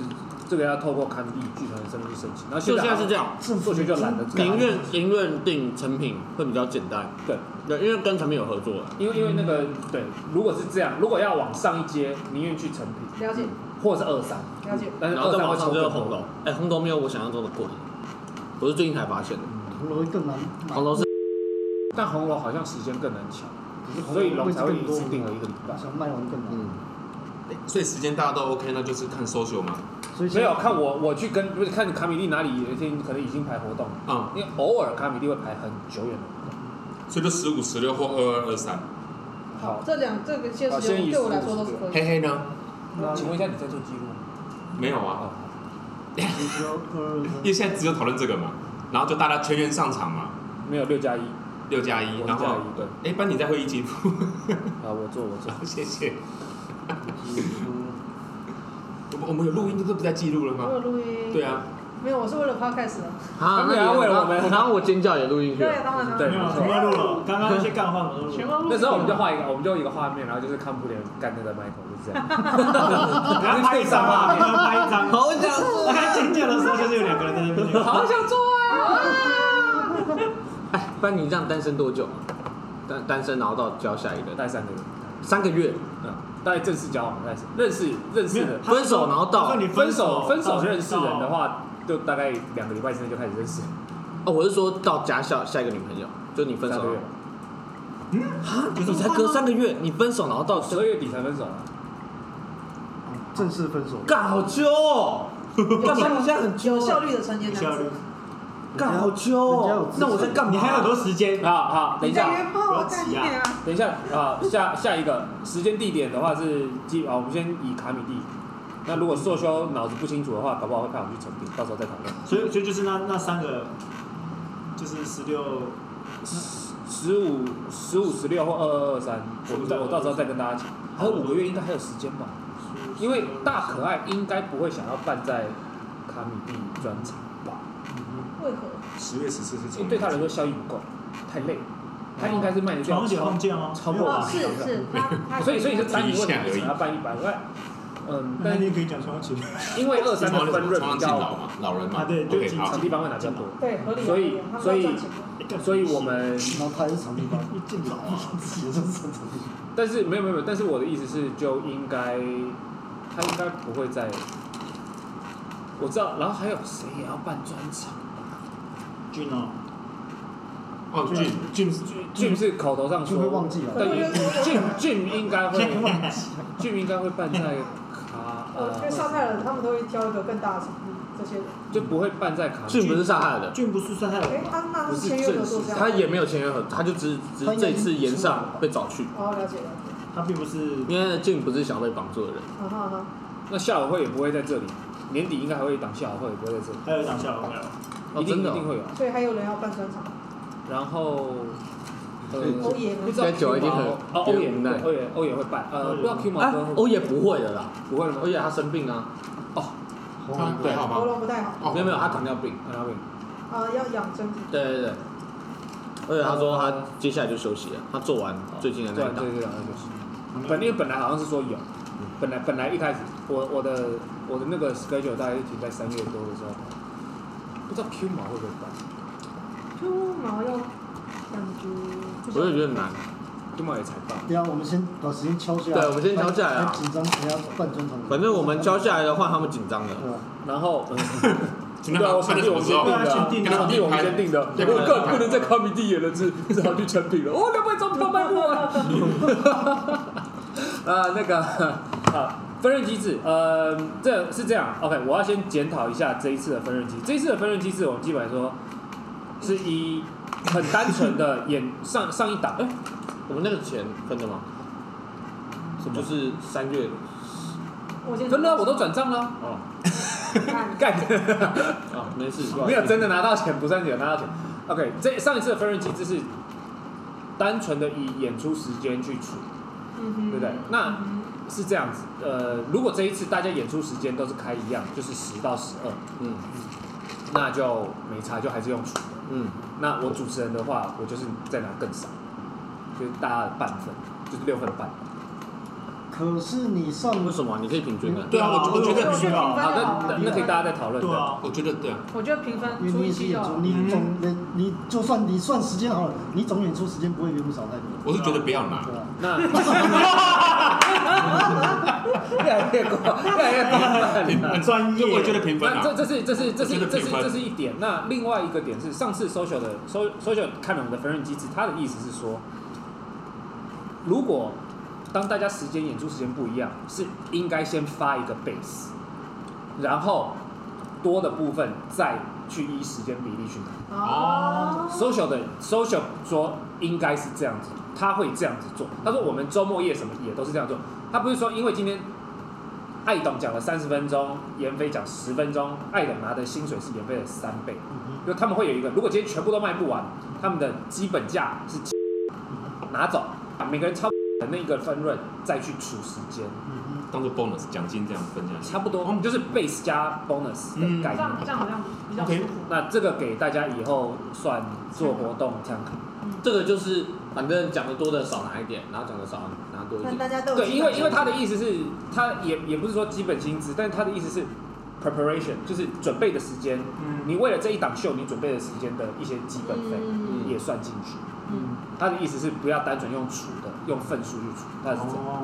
这个要透过堪比剧团的身份去申请，然后
就现在
好
是
像
这样，
政府
做学就懒得
营运营运定成品会比较简单，
对，
对，因为跟成品有合作啊了。
因为因为那个对，如果是这样，如果要往上一阶，宁愿去成品
了解，
或者是二三，
了解。
但是
然后
二
再
三
往
会
上
抽
就是红楼，哎、红楼没有我想象中的贵，我是最近才发现的。
红楼会更难买
红，楼是
但红楼好像时间更难抢，所以龙才会一次定了一个礼拜
我。想卖完更难。
嗯，
所以时间大家都 OK，那就是看 social 嘛，
所以
没
现在
有看我，我去跟不是看卡米利哪里已经可能已经排活动了，
嗯，
因为偶尔卡米利会排很久远的活动。
所以就十五、十六或二二二三。
好，这两这个些
好
时
先
间
以
对我来
速
说
度
都是可以。
嘿嘿呢？
那
请问一下你在做记录吗？
没有
哦
啊，
你只有二二
因为现在只有讨论这个嘛，然后就大家全员上场嘛，
没有六加一，
六加一，
我
然
是加
后
一对。
哎，班你在会议记录，
好，我做我做。
(laughs) 谢谢。
三，
嗯
我们我们有录音，这不在记录了
我
吗？
有录音。
对。啊，
没有，我是为了 podcast 的。
啊，那
他们也要
你
为了我们
然后我尖叫也录进去了。
对啊当然当然
对，
没有
没错
全部录了刚刚那些干
话我都录
全部录
那时候我
(laughs)
们就画一个，我们就一个画面，然后就是看布帘干那个麦克，就是这 (laughs) 样。
然后拍一张
(laughs)
嘛，然后拍一张。
好想做
我 (laughs) 刚进去的时候就是有两个人在那边。
好想
做啊！
哎，不然你这样单身多久？啊单单身，然后到交下一个，
带三个月，
三个月，
嗯，带正式交往开始认识认识的，
分手然后到
你
分
分
手
手分手认识人
到
的话，就大概两个礼拜之内就开始认识。
哦，我是说到加下下一个女朋友，就你分手
三个月，
啊，你才隔三个月，你分手然后到
十二月底才分手啊。
正式分手。
干好久、哦，干嘛你这样很久
有效率的成年男子，
干好久、哦，那我在干嘛？
你还有很多时间。
啊啊，等
你
一下
在，约炮啊？
不要
干
急
你
啊
啊！
等一下啊，下下一个时间地点的话是基啊，我们先以卡米蒂。那如果硕修脑子不清楚的话，搞不好会派我们去成品，到时候再讨论。
所以所以就是那那三个，就是十六，
十五、十五、十六或二二二三，我们到我到时候再跟大家讲。还有五个月应该还有时间吧？因为大可爱应该不会想要办在卡米蒂专场吧？
为何？
十月十四是
因
从
为对他来说效益不够，太累。他应该是卖的
床
掉
写
超
放箭哦，
超过
哦，
八
是是，他他
所以所以是单一问
提一下而
题，
已
想要办一百万。嗯，
那
但
你也可以讲床写
因为二三的分润比
进
较，
老嘛，老人嘛，
啊对就
OK，
进
好
场，地方会拿比较多，
对合理啊，
所以
他们
所
要
以
赚钱啊
(laughs)
嘛
所以我们
然后他是长地
(laughs)
方，一进
哦
老啊，也是长地方。
但是没有没有没有，但是我的意思是，就应该他应该不会再，我知道。然后还有谁也要办专场？
俊哦，
哦，俊俊是
俊是口头上
就会
说，
忘记了。
但
我觉得
俊俊应该会
先忘记
俊应该会办在卡
我觉得沙
呃，
泰尔他们都会挑一个更大的场地，这些人。
就不会办在卡。
俊不是上海的，
(laughs) 俊不是算他的
哎，他那
不
是
是
签约合
正
作这
式
样。
他也没有签约合，他就只只是这一次延上被找去，
哦，了解了解。
他并不是
因为俊不是想要被绑住的人。
啊哈哈，
那校友会也不会在这里，年底应该还会有一档校友会，也不会在这里，
还有讲笑话。
哦
一定
真的
一
哦
定会有。
所以还有人要办专场。
然后。呃
欧爷呢
不知道
现在酒已经很
哦欧
有
爷
点无奈
对欧爷欧爷会办，呃，不知道 Q 毛
哎
哥会，不
欧
会
也不会的啦，
不会了吗
欧？也他生病啊，
他对好
喉
吧？
咙不太好，
哦
没有没有，他糖尿病。
然后
啊，要养身体。
对对对，而且他说他接下来就休息了，他做完最近的
对
那
啊
一档
对，对对，就是本因为本来好像是说有，
嗯
本来本来一开始我我的我的那个 schedule 大概是停在三月多的时候，不知道 Q 毛会不会办
就毛要感觉不
我就觉
行。
得很难。
，Q 毛也才办，
对啊，我们先把时间敲下来。
对我们先敲下来啊
太紧张，人家半专场。
反正我们交下来的话，他们紧张
对
了。
啊。
然后呃
今
对
天
啊，我
穿
场
的
地
什
我
么
们
时
先
候
定
定？的啊，
的
场地我们先定的，
对啊
我更不能在卡米地演了，只只好去成品了，哦，两百张票卖不完， (laughs) 啊，那个啊。分润机制，呃，这是这样，OK，我要先检讨一下这一次的分润机制。这一次的分润机制，我们基本来说是以很单纯的演上上一档，哎、
我们那个钱分的吗？
什么
就是三月，
我先
分了，啊我都转账了，哦，
看
(laughs) 干，
啊，没事，
没有真的拿到钱，不算有拿到钱。OK，这上一次的分润机制是单纯的以演出时间去除，
嗯哼，
对不对？那
嗯
是这样子，呃，如果这一次大家演出时间都是开一样，就是十到十二，
嗯
那就没差，就还是用除的。
嗯，
那我主持人的话，我就是再拿更少，就是大家的半分，就是六分半。
可是你上
为什么啊你可以平均
嗯
的？
对啊，我我觉
我
得
觉
需
得平
要啊，
好
分就好
的，
了。
那可以大家再讨论。
对啊，
我觉得对啊，
我觉得评分
因
除
为
以
你是
七就
演出，
好。
你总你你就算你算时间好了，你总演出时间不会比我们少太多，
我是觉得不要拿
对，吧？
那 (laughs) 越来越过，越来越过分了。
很专业。
我觉得平分
那这
啊，
这是这是这是
我觉得
这是
平分
这是一点。那另外一个点是，上次 social 的 so- social 看了我们的分润机制，他的意思是说，如果当大家时间演出时间不一样，是应该先发一个 base，然后多的部分再去依时间比例去拿。
哦，
social 的 social 说应该是这样子，他会这样子做。他说我们周末夜什么也都是这样做。他不是说因为今天艾董讲了三十分钟，严飞讲十分钟，艾董拿的薪水是严飞的三倍，
嗯
就他们会有一个，如果今天全部都卖不完，他们的基本价是拿走，每个人超那个分润再去除时间，
嗯
当做 bonus 奖金这样分下去。
差不多，我们就是 base 加 bonus 的概
这样这
念。
样好像比较舒服。
那这个给大家以后算做活动参考。
这个就是反正讲的多的少拿一点，然后讲的少拿多一
但大
点。
家都有
对，因为因为他的意
思，
思是，他也也不是说基本薪资，但是他的意思是 preparation，就是准备的时间，
嗯
你为了这一档秀，你准备的时间的一些基本费
嗯
也算进去。
嗯，
他的意思是不要单纯用除的，用份数去除，他是这样。
哦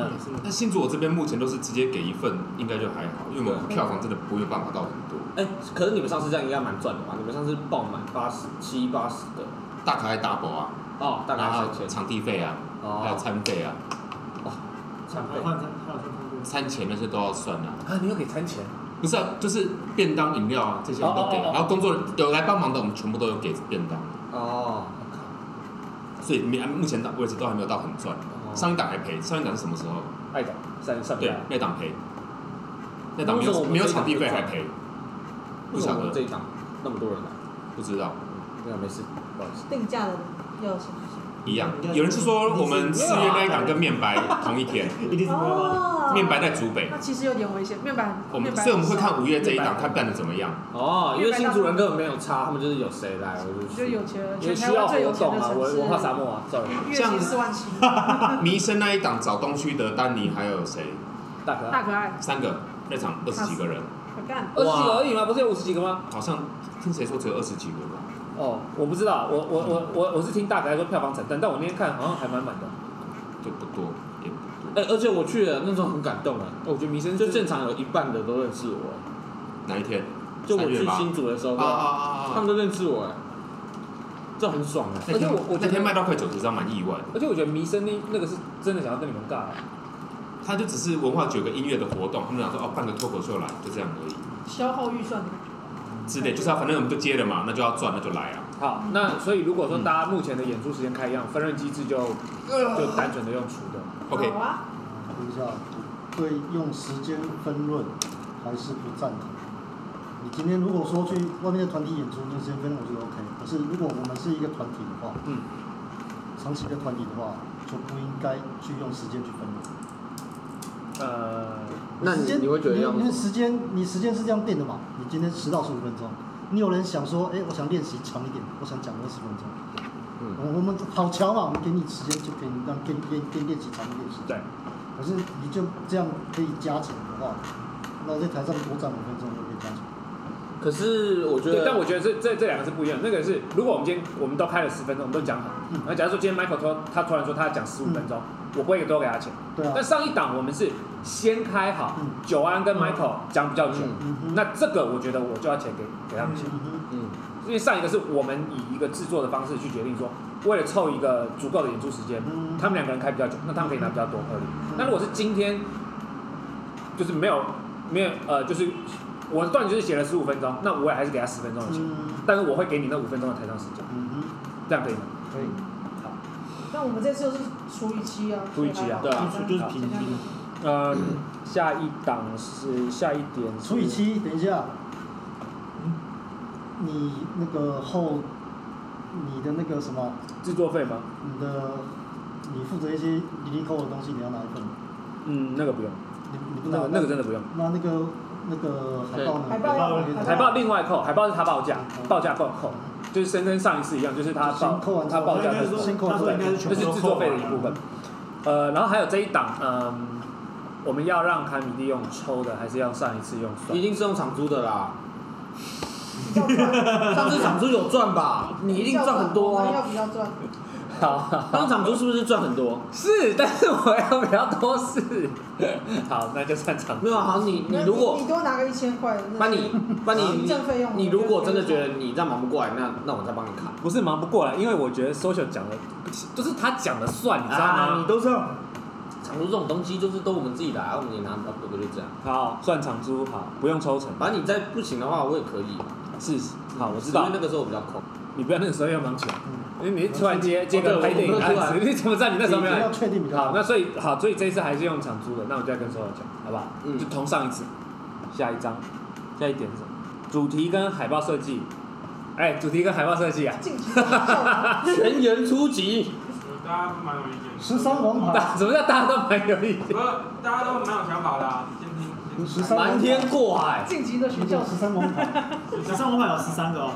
那也是
那新竹我这边目前都是直接给一份，应该就还好，因为我们票房真的不会有办法到很多。
哎、可是你们上次这样应该蛮赚的吧？你们上次爆满八十七八十的，
大可爱 double 啊，
哦，大概
然后还
三
有
千。
场地费啊，
哦
还有餐费啊，
餐
还有
费
哦
换餐，还有换餐
餐钱那些都要算啊。
啊，你又给餐钱，
不是啊，就是便当、饮料啊这些我们都给，
哦哦哦哦
然后工作有来帮忙的，我们全部都有给便当，
哦，
所以没目前到为止都还没有到很赚。
哦
上一档还赔，上一档是什么时候？
爱的三上
对
下，
那档赔，那档没
啊为什么我
有
们
没有
这一档
场地费
不
还
赚
赔，不
为什
晓
么我们这
得，
一档那么多人来？
不知道。
对啊，没事，不好意思。
定价的要什么？
一样，有人是说我们四月那一档跟面白同一
(laughs)
天，
一定是没有办
啊
法。
哦
面白在竹北，
那其实有点危险，面板，
我们
面板
所以我们会看五月这一档看办的怎么样。
哦，因为新主人根本没有差，他们就是有谁来我就
就
去。
有钱人，
也
全台
需要
湾最
活
有钱
动
的
啊，
城市，
文文化沙漠啊，sorry，
月
像
薪四万七，
迷生那一档找东区的丹尼还有谁？
大可爱
大可爱，
三个，那场二十几个人，
我干，
二十几个而已吗？不是有五十几个吗？
好像听谁说只有二十几个吧？
哦，我不知道，我我我我我是听大可爱说票房惨淡，但我那天看好像还蛮满的。
就不多，也不多。
哎、而且我去了，那时候很感动啊，
哦我觉得民生
就正常有一半的都认识我，
哪一天？
就我
三月
去
吧
新竹的时候，
啊啊
他
啊啊！
们都认识我，哎，这很爽哎。
那
而且
天
我我觉得
那天卖到快九十张，蛮意外的。
而且我觉得迷生那那个是真的想要跟你们尬，啊
他就只是文化局有个音乐的活动，他们想说哦办个脱口秀来，就这样而已
消耗预算的感
之类，就是要反正我们就接了嘛，那就要赚，那就来啊。
好，那所以如果说大家目前的演出时间开一样，分润机制就
嗯
就单纯的用除的，
觉。
OK，
好啊，
等一下，对用时间分论还是不赞同。你今天如果说去外面的团体演出用时间分论，我觉得 OK。可是如果我们是一个团体的话，
嗯，
长期的团体的话，就不应该去用时间去分论。
呃，
那你
时间
你会觉得这样
因为
吗？
时间你时间是这样定的嘛？你今天十到十五分钟，你有人想说，哎、我想练习长一点，我想讲二十分钟。
嗯
我我们好巧嘛，我们给你时间就给你让给你给你给你练习长一点时间。
对，
可是你就这样可以加成的话，那我在台上多站五分钟就可以加成。
可是我觉
对，
得，
但我觉得这这这两个是不一样的。那个是如果我们今天我们都开了十分钟，我们都讲好，那假如说今天 Michael 突他突然说他要讲十五分钟，我不会多给他钱。
对啊
但，上一档我们是先开好
嗯，
九安跟 Michael 讲比较久，
嗯
嗯哼，
那这个我觉得我就要钱给给他们钱。
嗯哼
嗯，
因为上一个是我们以一个制作的方式去决定说，为了凑一个足够的演出时间，
嗯
他们两个人开比较久，那他们可以拿比较多合理。那如果是今天，就是没有没有呃，就是我的段子就是写了十五分钟，那我也还是给他十分钟的钱，
嗯
但是我会给你那五分钟的台上时间，
嗯
这样可以吗？
哼，可以。
但我们这次就是除以七啊，
除以七啊
所以还好
就是就是平均
呃，下一档是下一点是
除以，七，等一下，嗯你那个后，你的那个什么，
制作费吗？
你的你负责一些零零扣的东西，你要拿一份，
嗯，那个不用，
你你不拿
那个那个真的不用。
那那个那个海报呢？
海报要
海
海报另外扣，海报是他报价，报价扣扣，就是深深上一次一样，就是他
就先扣
报
完之
他
后
报
他
价
应该
跟
是说
先扣
他说应该是
这
全部
是
都
制作费的
扣
一
完
部分。呃，然后还有这一档，嗯，我们要让卡米利用抽的，还是要上一次用算
一？定是用场租的啦。
比较赚，
上次场租有赚吧？你一定赚很多
要
哦。
比较赚，
好，
当场租是不是赚很多？
是， (laughs) 但是我要比较多事。 (laughs) 好，那就算场。
没有啊，好，你你如果
你多拿个一千块，那
把你把
行
你
政费用
你如果真的觉得你这样忙不过来，那那我再帮你砍。
不是忙不过来，因为我觉得 social 讲的，就是他讲的算，你知道
啊
吗
你？都是场租这种东西就是都我们自己来，啊我们也拿不到多的就这样。
好，算场租，好，不用抽成，
反正你再不行的话，我也可以。
是，好，我知道
因为。那个时候我比较空。
你不要那个时候要忙起来，因为你突然接接个
哦对
拍电影的
我
案 (laughs)
不
子，你怎么知道你那时候没有
要
来？
确定比较
好，那所以好，所以这一次还是用场租的，那我再跟所有人讲，好不好？
嗯
就同上一次。下一张，下一点是什么？主题跟海报设计。哎，主题跟海报设计啊，
晋级的效果
全员出击，
大家蛮有意见的。
十三王
(laughs)
牌，
大什么叫大家都蛮有意
(laughs)
见？
不是，大家都蛮有想法的、啊，先听。先
十
听
三
瞒天过海，
晋级的学校
叫十三王牌，
十三王牌有十三个哦，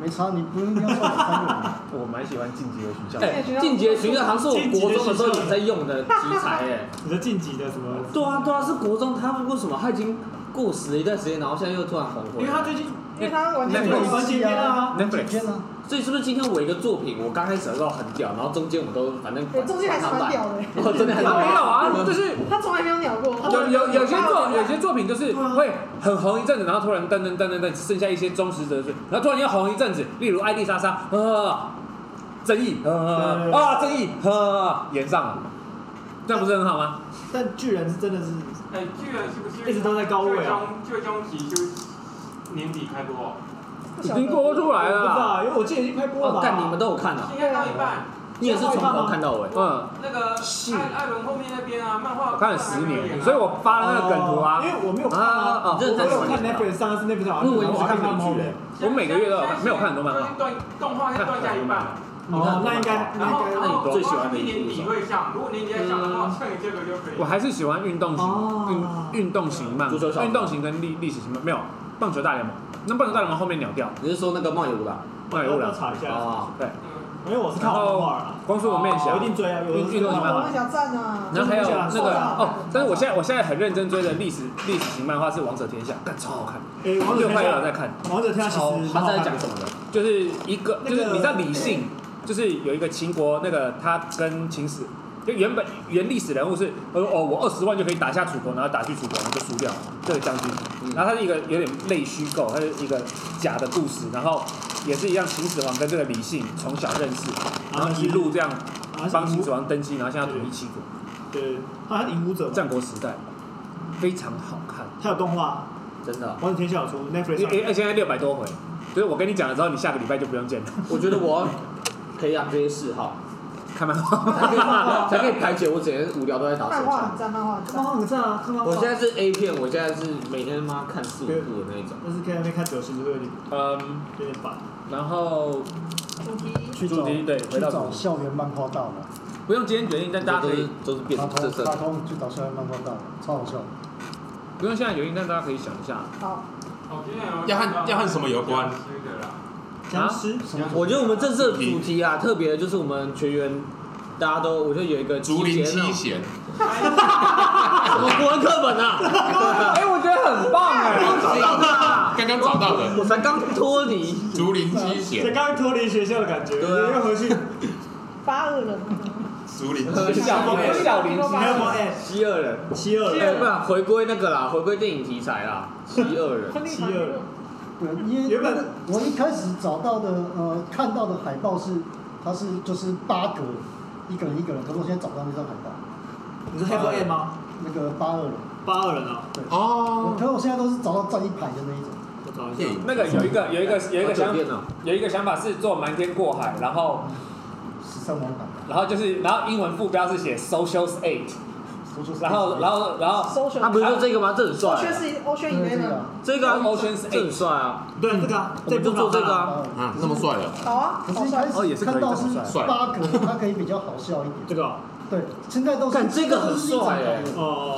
没差，你不一定要算十三个人。
我蛮喜欢晋级的学校。
哎，进阶学校堂是我国中的时候有在用的题材哎。
你的晋级的什么？
对啊，对啊，是国中，他为什么他已经过时了一段时间，然后现在又突然红回
因为他
来？
最近
因为他完全
那
没
个
有
有完结篇啊，
Netflix
天哪，
所以是不是今天我一个作品，我刚开始的时候很屌，然后中间我都反正
对，中间还是蛮屌的。
(laughs) 我真的很屌
没有啊，就是
他从来没有鸟过。
有有有些作有些作品就是会很红一阵子，然后突然噔噔噔噔噔，剩下一些忠实者是，然后突然又红一阵子，例如艾丽莎莎，呃，争议，呃啊争议，呃，演上了，那不是很好吗？
但巨人是真的是
哎、巨人是不是
一直都在高位啊？
最终最终集就年底开播、哦，
已经播出来
我不知
了，
道，因为我记得已经开播了
哦
吧？，
干你们都有看啊？
应该到一半。
你也是从头看到哦尾。
嗯，
那个艾艾伦后面那边啊，漫画
我看了十年，所以我发了那个梗图啊
哦，因为我没有看
啊
啊，我
啊
没
认真
有
十
看
年啊
Netflix 上次 Netflix 好像
嗯我也是看
看
美剧
后面
的。
我每个月都有没有看很多漫画
最近断动画是断下一半，
哦，那应该
然
那
后
应
然
该
后
你最喜欢的一部是什
年底
么
会上，如果年底还上的话，上个这个就可以
我。还是喜欢运动型
哦
运运动型漫，
足球小子
运动型跟历历史型漫没有棒球大联盟，那棒球大联盟后面鸟掉，
你是说那个梦游吧？
那有
要
了，
查一下，
哦，
对，
嗯
因为我是看漫画了，
光速蒙面侠
我一。定追啊，我
运运动型漫
我
画
们想赞啊。
然后还有那
真
个
的假
的
哦，但是我现在我现在很认真追的历史历史型漫画是《王者天下》，但超好看，
诶，哎王者
六
天
块也有在
下，
看，
王者天下其
超
实
他
蛮好
在
看
讲
的
什么的？
就是一个
那
就
个
是你知道李信，就是有一个秦国那个他跟秦始。就原本原历史人物是，他说哦，我二十万就可以打下楚国，然后打去楚国，然后就输掉了这个将军。
嗯
然后他是一个有点类虚构，他是一个假的故事，然后也是一样，秦始皇跟这个李信从小认识，然后一路这样
好像
帮
啊是
秦
影
始皇登基，然后现在统一齐国。
对，好像影武者吧，
战国时代非常好看，
它有动画，
真的，
王者天下有出 Netflix
而
哎
上
而现在六百多回，就是我跟你讲了之后，你下个礼拜就不用见了， (laughs)
我觉得我培养这些嗜好，
看漫画。
(laughs)
才可以排解我整天无聊都在打
漫
手
画很
枪。
赞，漫画很
漫
赞。
画很赞啊，看漫画
我现。在是 A 片，我现在是每天妈看四五部的那一种。
但是看那边看久了，其实会有点
嗯，
有点烦。
然后
主题
去
主
找
题对回
去
到主
找
题
校园漫画大了。
不用今天决定，但大家
都
可
是
以
都是变
卡
色
通
色
卡
的。
通去找校园漫画大了，超好笑。
不用现在决定，但大家可以想一下。
好，
哦
我今天有
要和要和什么有关
吃的啦，
僵尸，
什么
我觉得我们这次的主题啊，特别的就是我们全员大家都，我觉得有一个
竹林
集结那
七
(laughs)
种
贤，
什么国文课本啊，
哎，我觉得很棒
(laughs)
哎，
刚刚找到
(laughs)
的
我才刚脱离。
竹林七
这
贤，
刚刚脱离学校的感觉，
对啊
又回去。
八二人，
竹林七贤，
小林小林
八
还有吗？
二人，
哎，
七二人，
七 (laughs) 二
哎，不然回归那个啦，回归电影题材啦，七二人。
昆汀团队
对，因为
原本
我一开始找到的呃看到的海报是，它是就是八格，一个人一个人，可是我现在找不到那张海报，
(laughs) 你是 Have a M
(laughs)
吗？
那个八二人，
八二人啊，
我
哦，
可是我现在都是找到站一排的那一种，
我找一
电
下。
影
那个有一个有一个有一个
酒
想
店呢？
有一个想法是做瞒天过海，然后
十三王版，
然后就是然后英文副标是写 Social Eight，
我就是
然后然后然后
搜寻
啊他不是说这个吗？这很帅
欧
啊，
轩是欧轩
对
一
这
类
个
的。
啊
这个啊
Ocean's Eight
这很帅啊，
对，这个啊，
我
这
们就
部
做这个
好看啊。
啊。
82
啊，那么帅的，
好啊，
呃可
好
是一
帅
开。
哦也是
始
可以
看到
这么
是
帅
八格，它可以比较好笑一点。
这个哦
对，现在都是
干这个很帅
欸
哎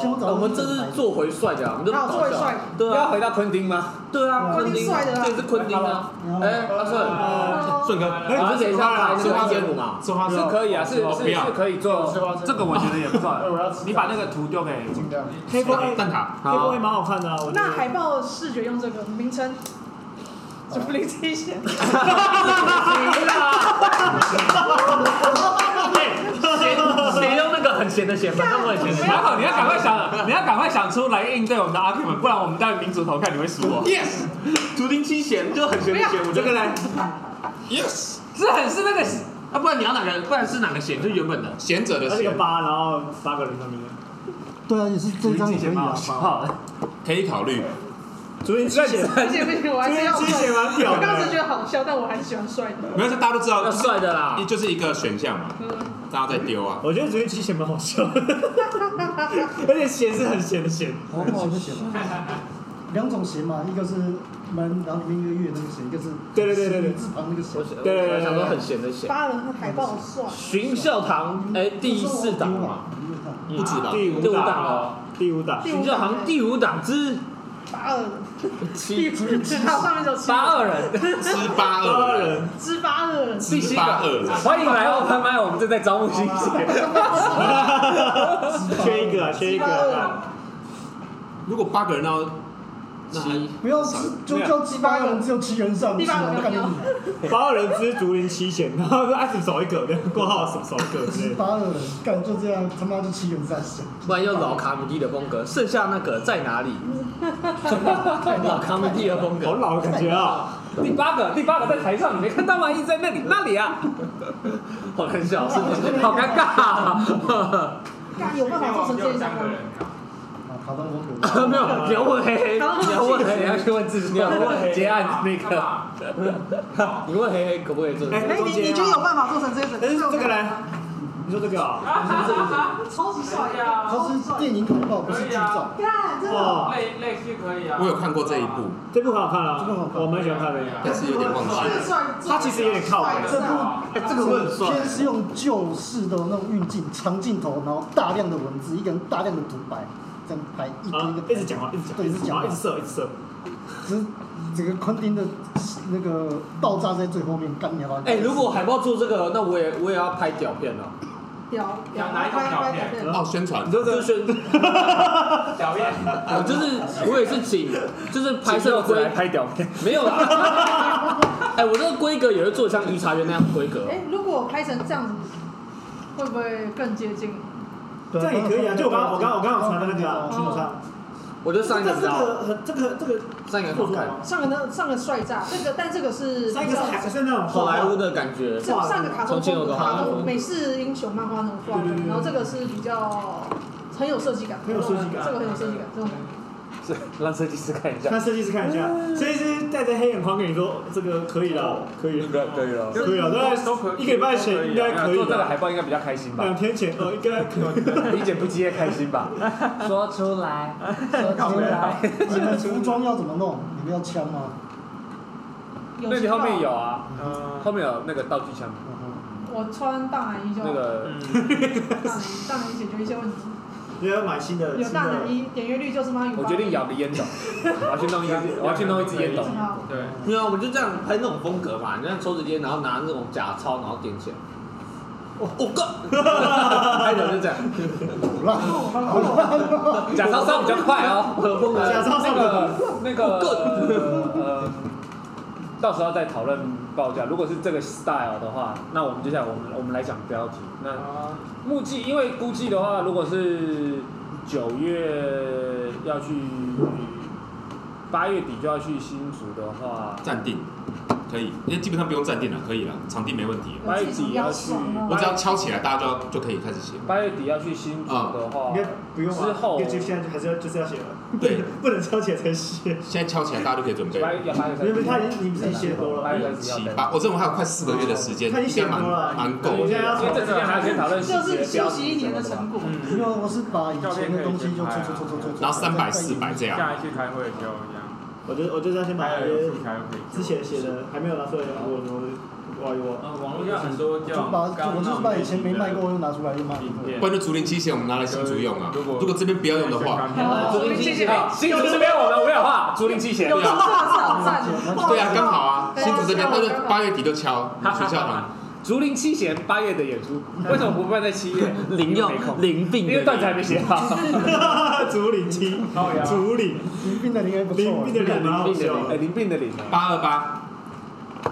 像我
哦，
找
我们这是做回帅的啊，我们就
啊做回
搞笑
帅
啊。对
要
啊，
回到昆汀吗？
对啊，
昆汀
昆汀
帅的啊
这也是昆汀啊。哎，阿顺，
呃
顺哥，
哎
我们等一下拍那
吃
个一
花生
点五嘛。
这花
是
生，
可以啊，是
哦不
是
要
是可以做，这个我觉得也不
(laughs)
错。啊你把那个图丢给
尽量。
Have a
蛋
M，Have a
挞。
M 蛮好看的啊，我觉
那
得。
海报视觉用这个名称，主力这些。
谁用那个很闲的闲，反正我很闲的还好你要赶快想，你要赶快想出来应对我们的 argument，不然我们待会民主投票你会输哦。
Yes
竹林七贤就很
不要，
我这个嘞，
Yes，
是很是那个
啊，不然你要哪个？不然是哪个贤？就原本的。
贤者的
它是一个
贤，
八，然后八个人上面。
对啊，也是这张也可
(laughs)
以啊。
好，
可以考虑。
竹林七贤，
不行不行，我还是要
竹林七
帅
贤。蛮
我
屌
当时觉
的。
得好笑，但我还是喜欢帅的。
没有，这大家都知道
要，帅的啦
一，就是一个选项嘛，
嗯，
大家在丢啊。
我觉得竹林七贤蛮好笑的， (laughs) 而且贤是很贤的贤。
哦，好就行了。两种鞋嘛，一个是门，然后里面一个月那个谁，一个是
对对对对对
字旁那个谁，
对
对对
我想说很闲的闲。
发了他海报帅，
巡校堂，哎，第四档嘛，不止
嗯
吧？
第五
第五档
档
哦。
第五档，
第
巡
五
校
档
堂第五档之
八二人，
七
知道上面就
八二人，
之八
八
二
人，
知八二人，
第七
八
档。
二人，
欢迎来 Open m i 我们正在招募新血。
(laughs) 缺一个啊，缺一个啊。
如果八个人要
七
不要吃就叫鸡巴人，只有七个人上，
第八个
我
没
干
有
你，
八人之竹林七贤，然后说哎，只少一个，然后挂号少少一个之类
鸡
的。
巴人干就这样，他妈就七个人上，
不然用老卡米蒂的风格，剩下那个在哪里？老卡米蒂的风
好
格，
老的感觉啊！
(laughs) 第八个，第八个在台上，你没看到吗？一直在那里，那里啊，
好难
(laughs)
笑，是不是？好尴尬啊！
干有办法做成这一张吗？
啊，卡通风
啊
格，
(laughs)
(laughs)
没有，你要问黑黑，你要问黑黑，你要去问自己，你要问结案那
干
个，
嘛？
(laughs) 你问黑黑可不可以做？
哎
哎，你你觉得有办法做成这一张？
但是这个呢？你说这个啊？
超级帅
可以！啊，
它是电影海报，不是剧照，
干，真的，
哦，
类类似可以啊。
我有看过这一部，
这部很好看啊，我蛮喜欢看的。
但是有点忘记
最
了。
帅，
他其实有点靠北
最帅
哎，这个我很帅。
先是用旧式的那种运镜、长镜头，然后大量的文字，一个人大量的独白，这样拍一个
啊
一个，
一直讲话，一直讲，
对，
一
一
直
直
讲
讲
话，
话
一直，射，一直射。
只是整个昆汀的那个爆炸在最后面，干你要不要
哎，如果海报做这个，那我也我也要拍屌片了。
屌屌，
哪一种屌片
哦，宣传，
就是宣
哎
小燕，
啊
我就是我也是请，就是拍摄
我来
规
拍屌
啊
片。
没有啦。 (laughs) 哎，我这个规格也会做像御茶园那样的规格哦。
哎，如果拍成这样子，会不会更接近？
这样也可以啊，就我刚刚我刚刚我刚刚有传的那个啊，群主上。
我就上一个
但
比
这
较，
个很这个这个
上一个
做
好
出来
看，
吗？
上个呢，上个帅炸，这个但这个是
上一个是海是那种
好莱坞
的，
的感觉。
啊
上上个卡通风格，卡通美式英雄漫画那种画
对对
的，
对对
然后这个是比较很有设计感，
很有设计感
这个很有设计感，这种感觉。
是让设计师看一下
那。设计师看一下，设计师带着黑眼眶跟你说这个可以了，可以
应，该可以了。
可以了，大概一个礼拜前应该可以
做这个
了，
海报应该比较开心
(laughs)
吧？
两天前呃应该可以。
理解不接开心吧？说出来，
说出来，你们服装要怎么弄？你们要枪吗？
有
那你
情
后
况
面有啊，
呃
后面有那个道具枪，
嗯
我穿大男一就好
那个
大男一大男一解决一些问题，
你要买新的，
有
新
大男
的。
一点阅率就是妈有。
呃我决定咬个烟 (laughs) 斗，我要去弄一只，我要去弄一只烟斗。
正好
对，
没有，我们就这样拍那种风格嘛，你像抽纸烟，然后拿那种假钞，然后点哦起来。我我靠！开头就这样，
好啦，
假烧烧比较快哦，
我的风格。
假烧
那
烧
个那个呃，到时候再讨论报价。如果是这个 style 的话，那我们接下来我们我们来讲标题。那
啊
目计，因为估计的话，如果是九月要去，八月底就要去新竹的话，
暂定，可以，因为基本上不用暂定了，可以了，场地没问题了。
八月底要去，
我
啊
只要敲起来，大家就要就可以开始写。
八月底要去新竹的话
应，该不用
之
啊，
后
因为就现在就还是要就是要写了，
对，
不能超前才写。
现在敲起来，大家就可
(laughs)
以准备。
八月要八月三
因
十
为他已经你不是已经写多
八
了，
月三十
七
要
八，我认为还有快四个月的时间，
他已经写
应该
多
蛮
了，
蛮
我
够
们
的。
现在要
因为这之前还要先讨论细
就
节
是
标
休息一
题什
年
么嗯
的
的嘛
成。果，
因为我是把以前的东西就搓搓搓搓搓搓，
然后三百、四百这样，
下一次开会就一样，
我就我就是要先把
开了
那些
有素材就可以。
之前写的还没有拿出来，然后我我哇我
呃，网络上很多
就
叫
把我就是把以前没卖过的拿出来又卖一
影
个。
片
不，然就竹林七贤我们拿来新竹用啊。
如果
如果这边不要用的话，
好
竹林七贤
好，新竹这边我们无氧化，竹林七贤。
有这个是好赞的。
对啊，刚好啊，
对啊
新竹这边
刚好
那就
刚好
八月底就敲学校堂。
竹林七贤八月的演出，为什么不办在七月？
零
因
用
为没空，
零病
因为
的
段子还没写好。
(laughs)
我竹林七
靠呀
竹林
林斌的林也不
林
错
斌，的脸蛮好
林病的
笑
林，哎，
的，
林病的林。
八二八，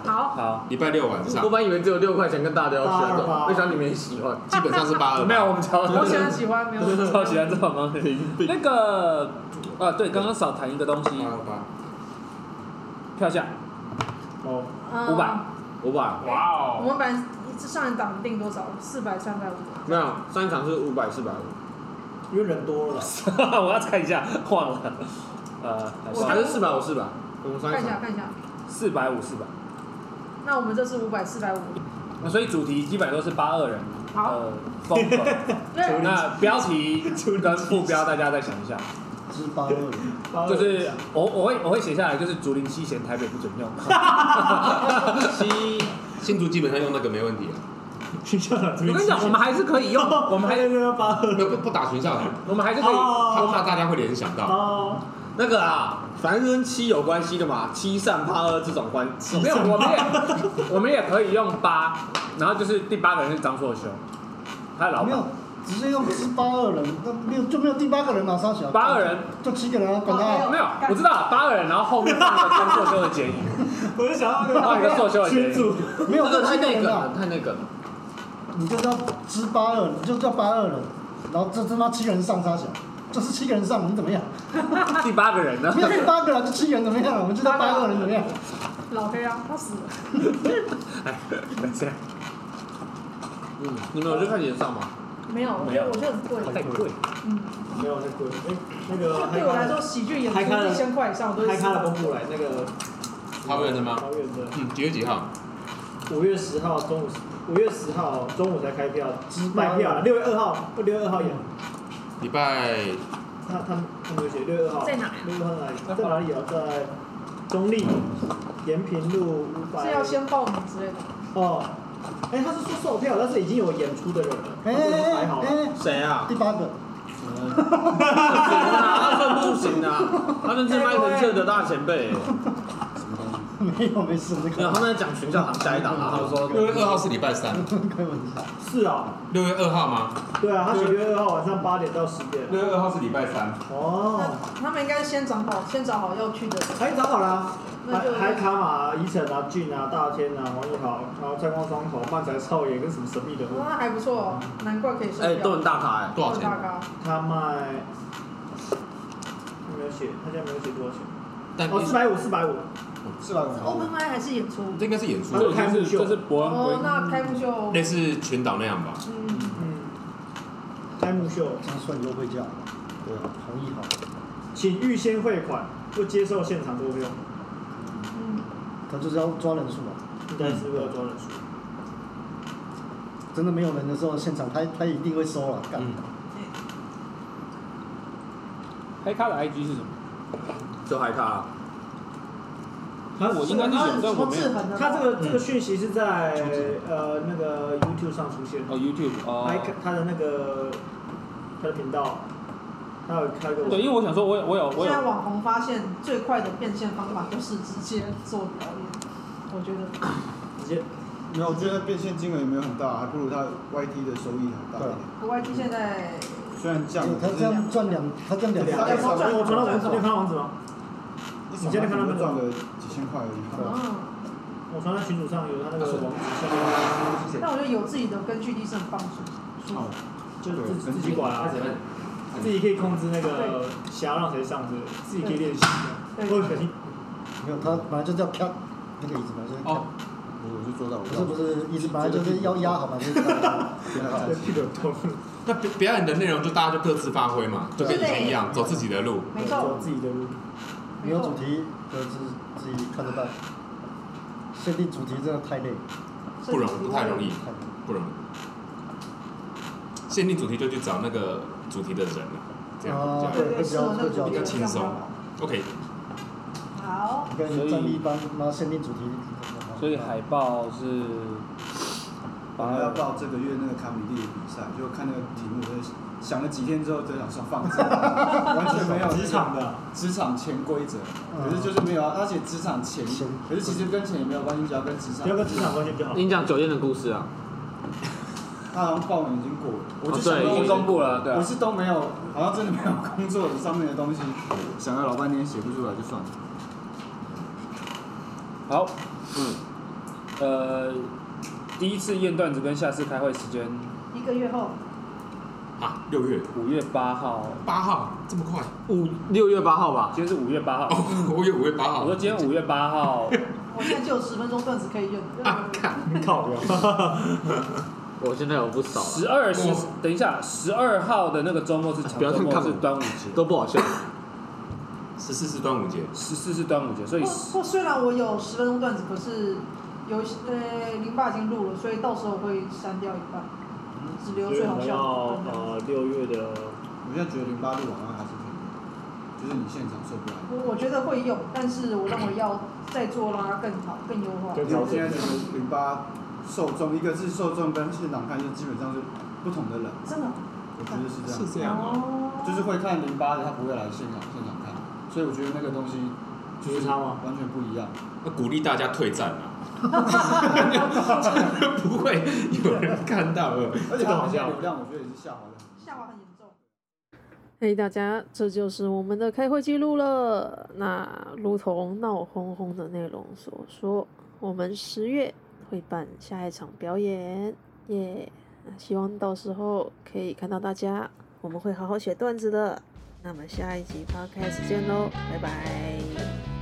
好，
好，
礼拜六晚
我
上，
本来以为只有六块钱跟大家要学
八二八
的，没想到你们也喜欢。
基本上是八二
没有，
八。
我们超
我喜欢喜欢没有问题。
(laughs) 超喜欢这种东西。那个啊，对，刚刚少谈一个东西
八，二八，
票价 (laughs)
哦，
嗯
五百。
五百，
哇
我
哦，
们本来上一档定多少？四百、三百、五百。
没有，三场是五百四百五，
因为人多了，
我要看一下，忘了。呃，
我
还是四百五四百？我们
看
三
一下，
场
看一下。
四百五，四百。
那我们这是五百、四百、五。
那所以主题基本都是八二人呃
好 (laughs)
的风格。那标题跟副标大家再想一下。
之八二零。
就是我我会我会写下来，就是竹林七贤台北不准用。
新新竹基本上用那个没问题啊，
学校的
我跟你讲，我们还是可以用，我们还
那个八二
没有不不打群校的，
我们还是可以。
他怕大家会联想到。
哦，
那个啊，反正跟七有关系的嘛，七上八二这种关系。
没有，我们也 (laughs) 我们也可以用八，然后就是第八个人是张硕雄，他的老
没有
板。，
直接用之八二零，那没有就没有第八个人拿上小。
八二人
就七个人啊，管他。
没有，我知道八个人，然后后面放一个张硕修的
(laughs)
剪影，
我就想到那
放一个
个
硕修的
群
剪影。
主，
没有
那
这
个
七
太
个
那
人
个
啊
了，，太那个了。
你就叫之八二，你就叫八二人，然后这他妈七个人上沙小，就是七个人上，我们怎么样？
第八个人呢？
没有第八个人，就七个人怎么样？我们就叫八二人怎么样？
老黑啊，他死了。
哎，这样
嗯，你们有去看演唱吗？
没有，我
没有
我觉得很贵。
(laughs) 太贵。
嗯，
没有那个哎那
就
个
对我来说，喜剧演出
还看了
一千块以上我都
还
会死
开了公布来那个
桃园的吗？
桃园的
嗯，几月几号？
五月十号中午，五月十号中午才开票，卖
哦
票六月二号，六月二号演。
礼拜
他他们他们有写六月二号
在哪呀
六月二号在哪里？在哪里啊？在中立延平路五百。
是要先报名之类的。
哦。哎、他是说售票，但是已经有演出的人了，
哎
那就还
哎
好了。
哎，
谁啊？
第八个，
他算不行啊，他真是麦肯特的大前辈。
没有没事，那
然
个
后他们在讲群教行下一档，然后说
六月二号是礼拜三，
开玩笑。
哎
是啊、
六月二号吗？
对啊，他写六月二号晚上八点到十点。
六月二号是礼拜三，
哦，
那他们应该先找好，先找好要去的。
哎，找好了啊、
那
还
就
还卡马、啊、宜城啊、俊啊、大天啊、王一豪，然后蔡光双头、漫才少爷跟什么神秘人物，
哇，还不错哦，难怪可以收
哎，都很大咖哎。
多少钱
大？咖，
他卖没有写，他现在没有写多少钱。
但
哦，四百五，四百五。
是吧？
是 open m i 还是演出？
这应该是演出
他，
这
就
已经是就是伯恩
哦，
归，
那开幕就
类似群岛那样吧。
嗯，
嗯，开幕秀，
这样算优惠价了。对啊，同意好。
请预先汇款，不接受现场购票，
嗯，
他就是要抓人数啊，
应该是为了抓人数。
嗯
真的没有人的时候，现场他他一定会收了，干。
嗯
黑咖的 IG 是什么？
就害怕了。
那我嗯应该是选择我没有
制衡的。
他这个这个讯息是在呃那个 YouTube 上出现，
嗯哦 YouTube 哦
还。他的那个他的频道，他有开个
对，因为我想说我有我有我
现在
有
网红发现最快的变现方法就是直接做表演，我觉得
直接
没有，我觉得变现金额也没有很大，还不如他 YT 的收益很大一点。
国外 T 现在
虽然这样，
他这样赚两，他这样两
两
大
个哎
概
我
三
传我传到网址，你有看到网址吗？
一场他能赚个几千块而已。
嗯，
我传到群组上有他那个网址下面，
但我觉得有自己的根据地是很棒的。
哦，
就是自自己管啊，自己可以控制那个想要让谁上之类的，自己可以练习的。
对
我肯定
没有，他本来就叫咔，那个椅子本来就是咔
哦，
我我是做到，我
不是不是，椅子本来就是要压好嘛，就是咔。
对屁股痛，
那表表演的内容就大家就各自发挥嘛，就跟以前一样，走自己的路。
没
走
错，
自己的路。
没有主题，都是自己看着办。限定主题真的太累，
不容不太容易，
太累。
不容易。限定主题就去找那个主题的人了，这样这
哦
啊
样。
对对，适合那个主题
比较轻松
好。
OK，
好，
你看你战力班，妈限定主题。
所以海报是
我
八
们要
二，
报这个月那个卡米蒂的比赛，就看那个题目，就是想了几天之后就想说放着， (laughs) 完全没有
职场的
职场潜规则，
嗯
可是就是没有啊，而且职场潜，可是其实跟
哦
钱也没有关系，只要跟职场。
不要跟职场关系比较好。
嗯
你讲酒店的故事啊？
他好像报名已经过了，我就
哦
想
对
说
已经
我
公布了，对
我
啊。
是都没有，好像真的没有工作上面的东西，想了老半天写不出来就算了。
好，嗯，呃，第一次验段子跟下次开会时间
一个月后，
啊，六月
五月八号，
八号这么快？ (laughs)
五六月八号吧。
今天是五月八号。
哦，我以为五月八
我
号
说。今天五月八
哦
号，
我现在就有十分钟段子可以用。
啊，看
靠
我现在有不少了，
十二十，等一下，十二号的那个周末是长
啊不要
周
看
末
看
是
我
端午节，
都不好笑。
十四是端午节，
十四是端午节，所以
不不，虽然我有十分钟段子，可是有一些呃林爸已经录了，所以到时候会删掉一半，只留
所以
最
(laughs) 我
好
们
笑
要
的部分。
呃六月的
啊我现在觉得零八六好像还是可以。就是你现场做不来。
呃
我我觉得会用，但是我认为要再做让它更好、更优化。
因为啊现在就是淋巴受众，一个是受众跟现场看，就基本上是不同的人。
真的，
我觉得是这样。
是这样哦
就是会看淋巴的，他不会来现场现场看，所以我觉得那个东西就是
差吗？
完全不一样。
那鼓励大家退战啊！ (laughs) 不会有人看到了，
而且他们现在流量，我觉得也是下滑的。
下滑很严重。
嘿、大家，这就是我们的开会记录了。那如同闹哄哄的内容所说，我们十月会办下一场表演，耶、那希望到时候可以看到大家，我们会好好写段子的。那么下一集 podcast 见喽，拜拜。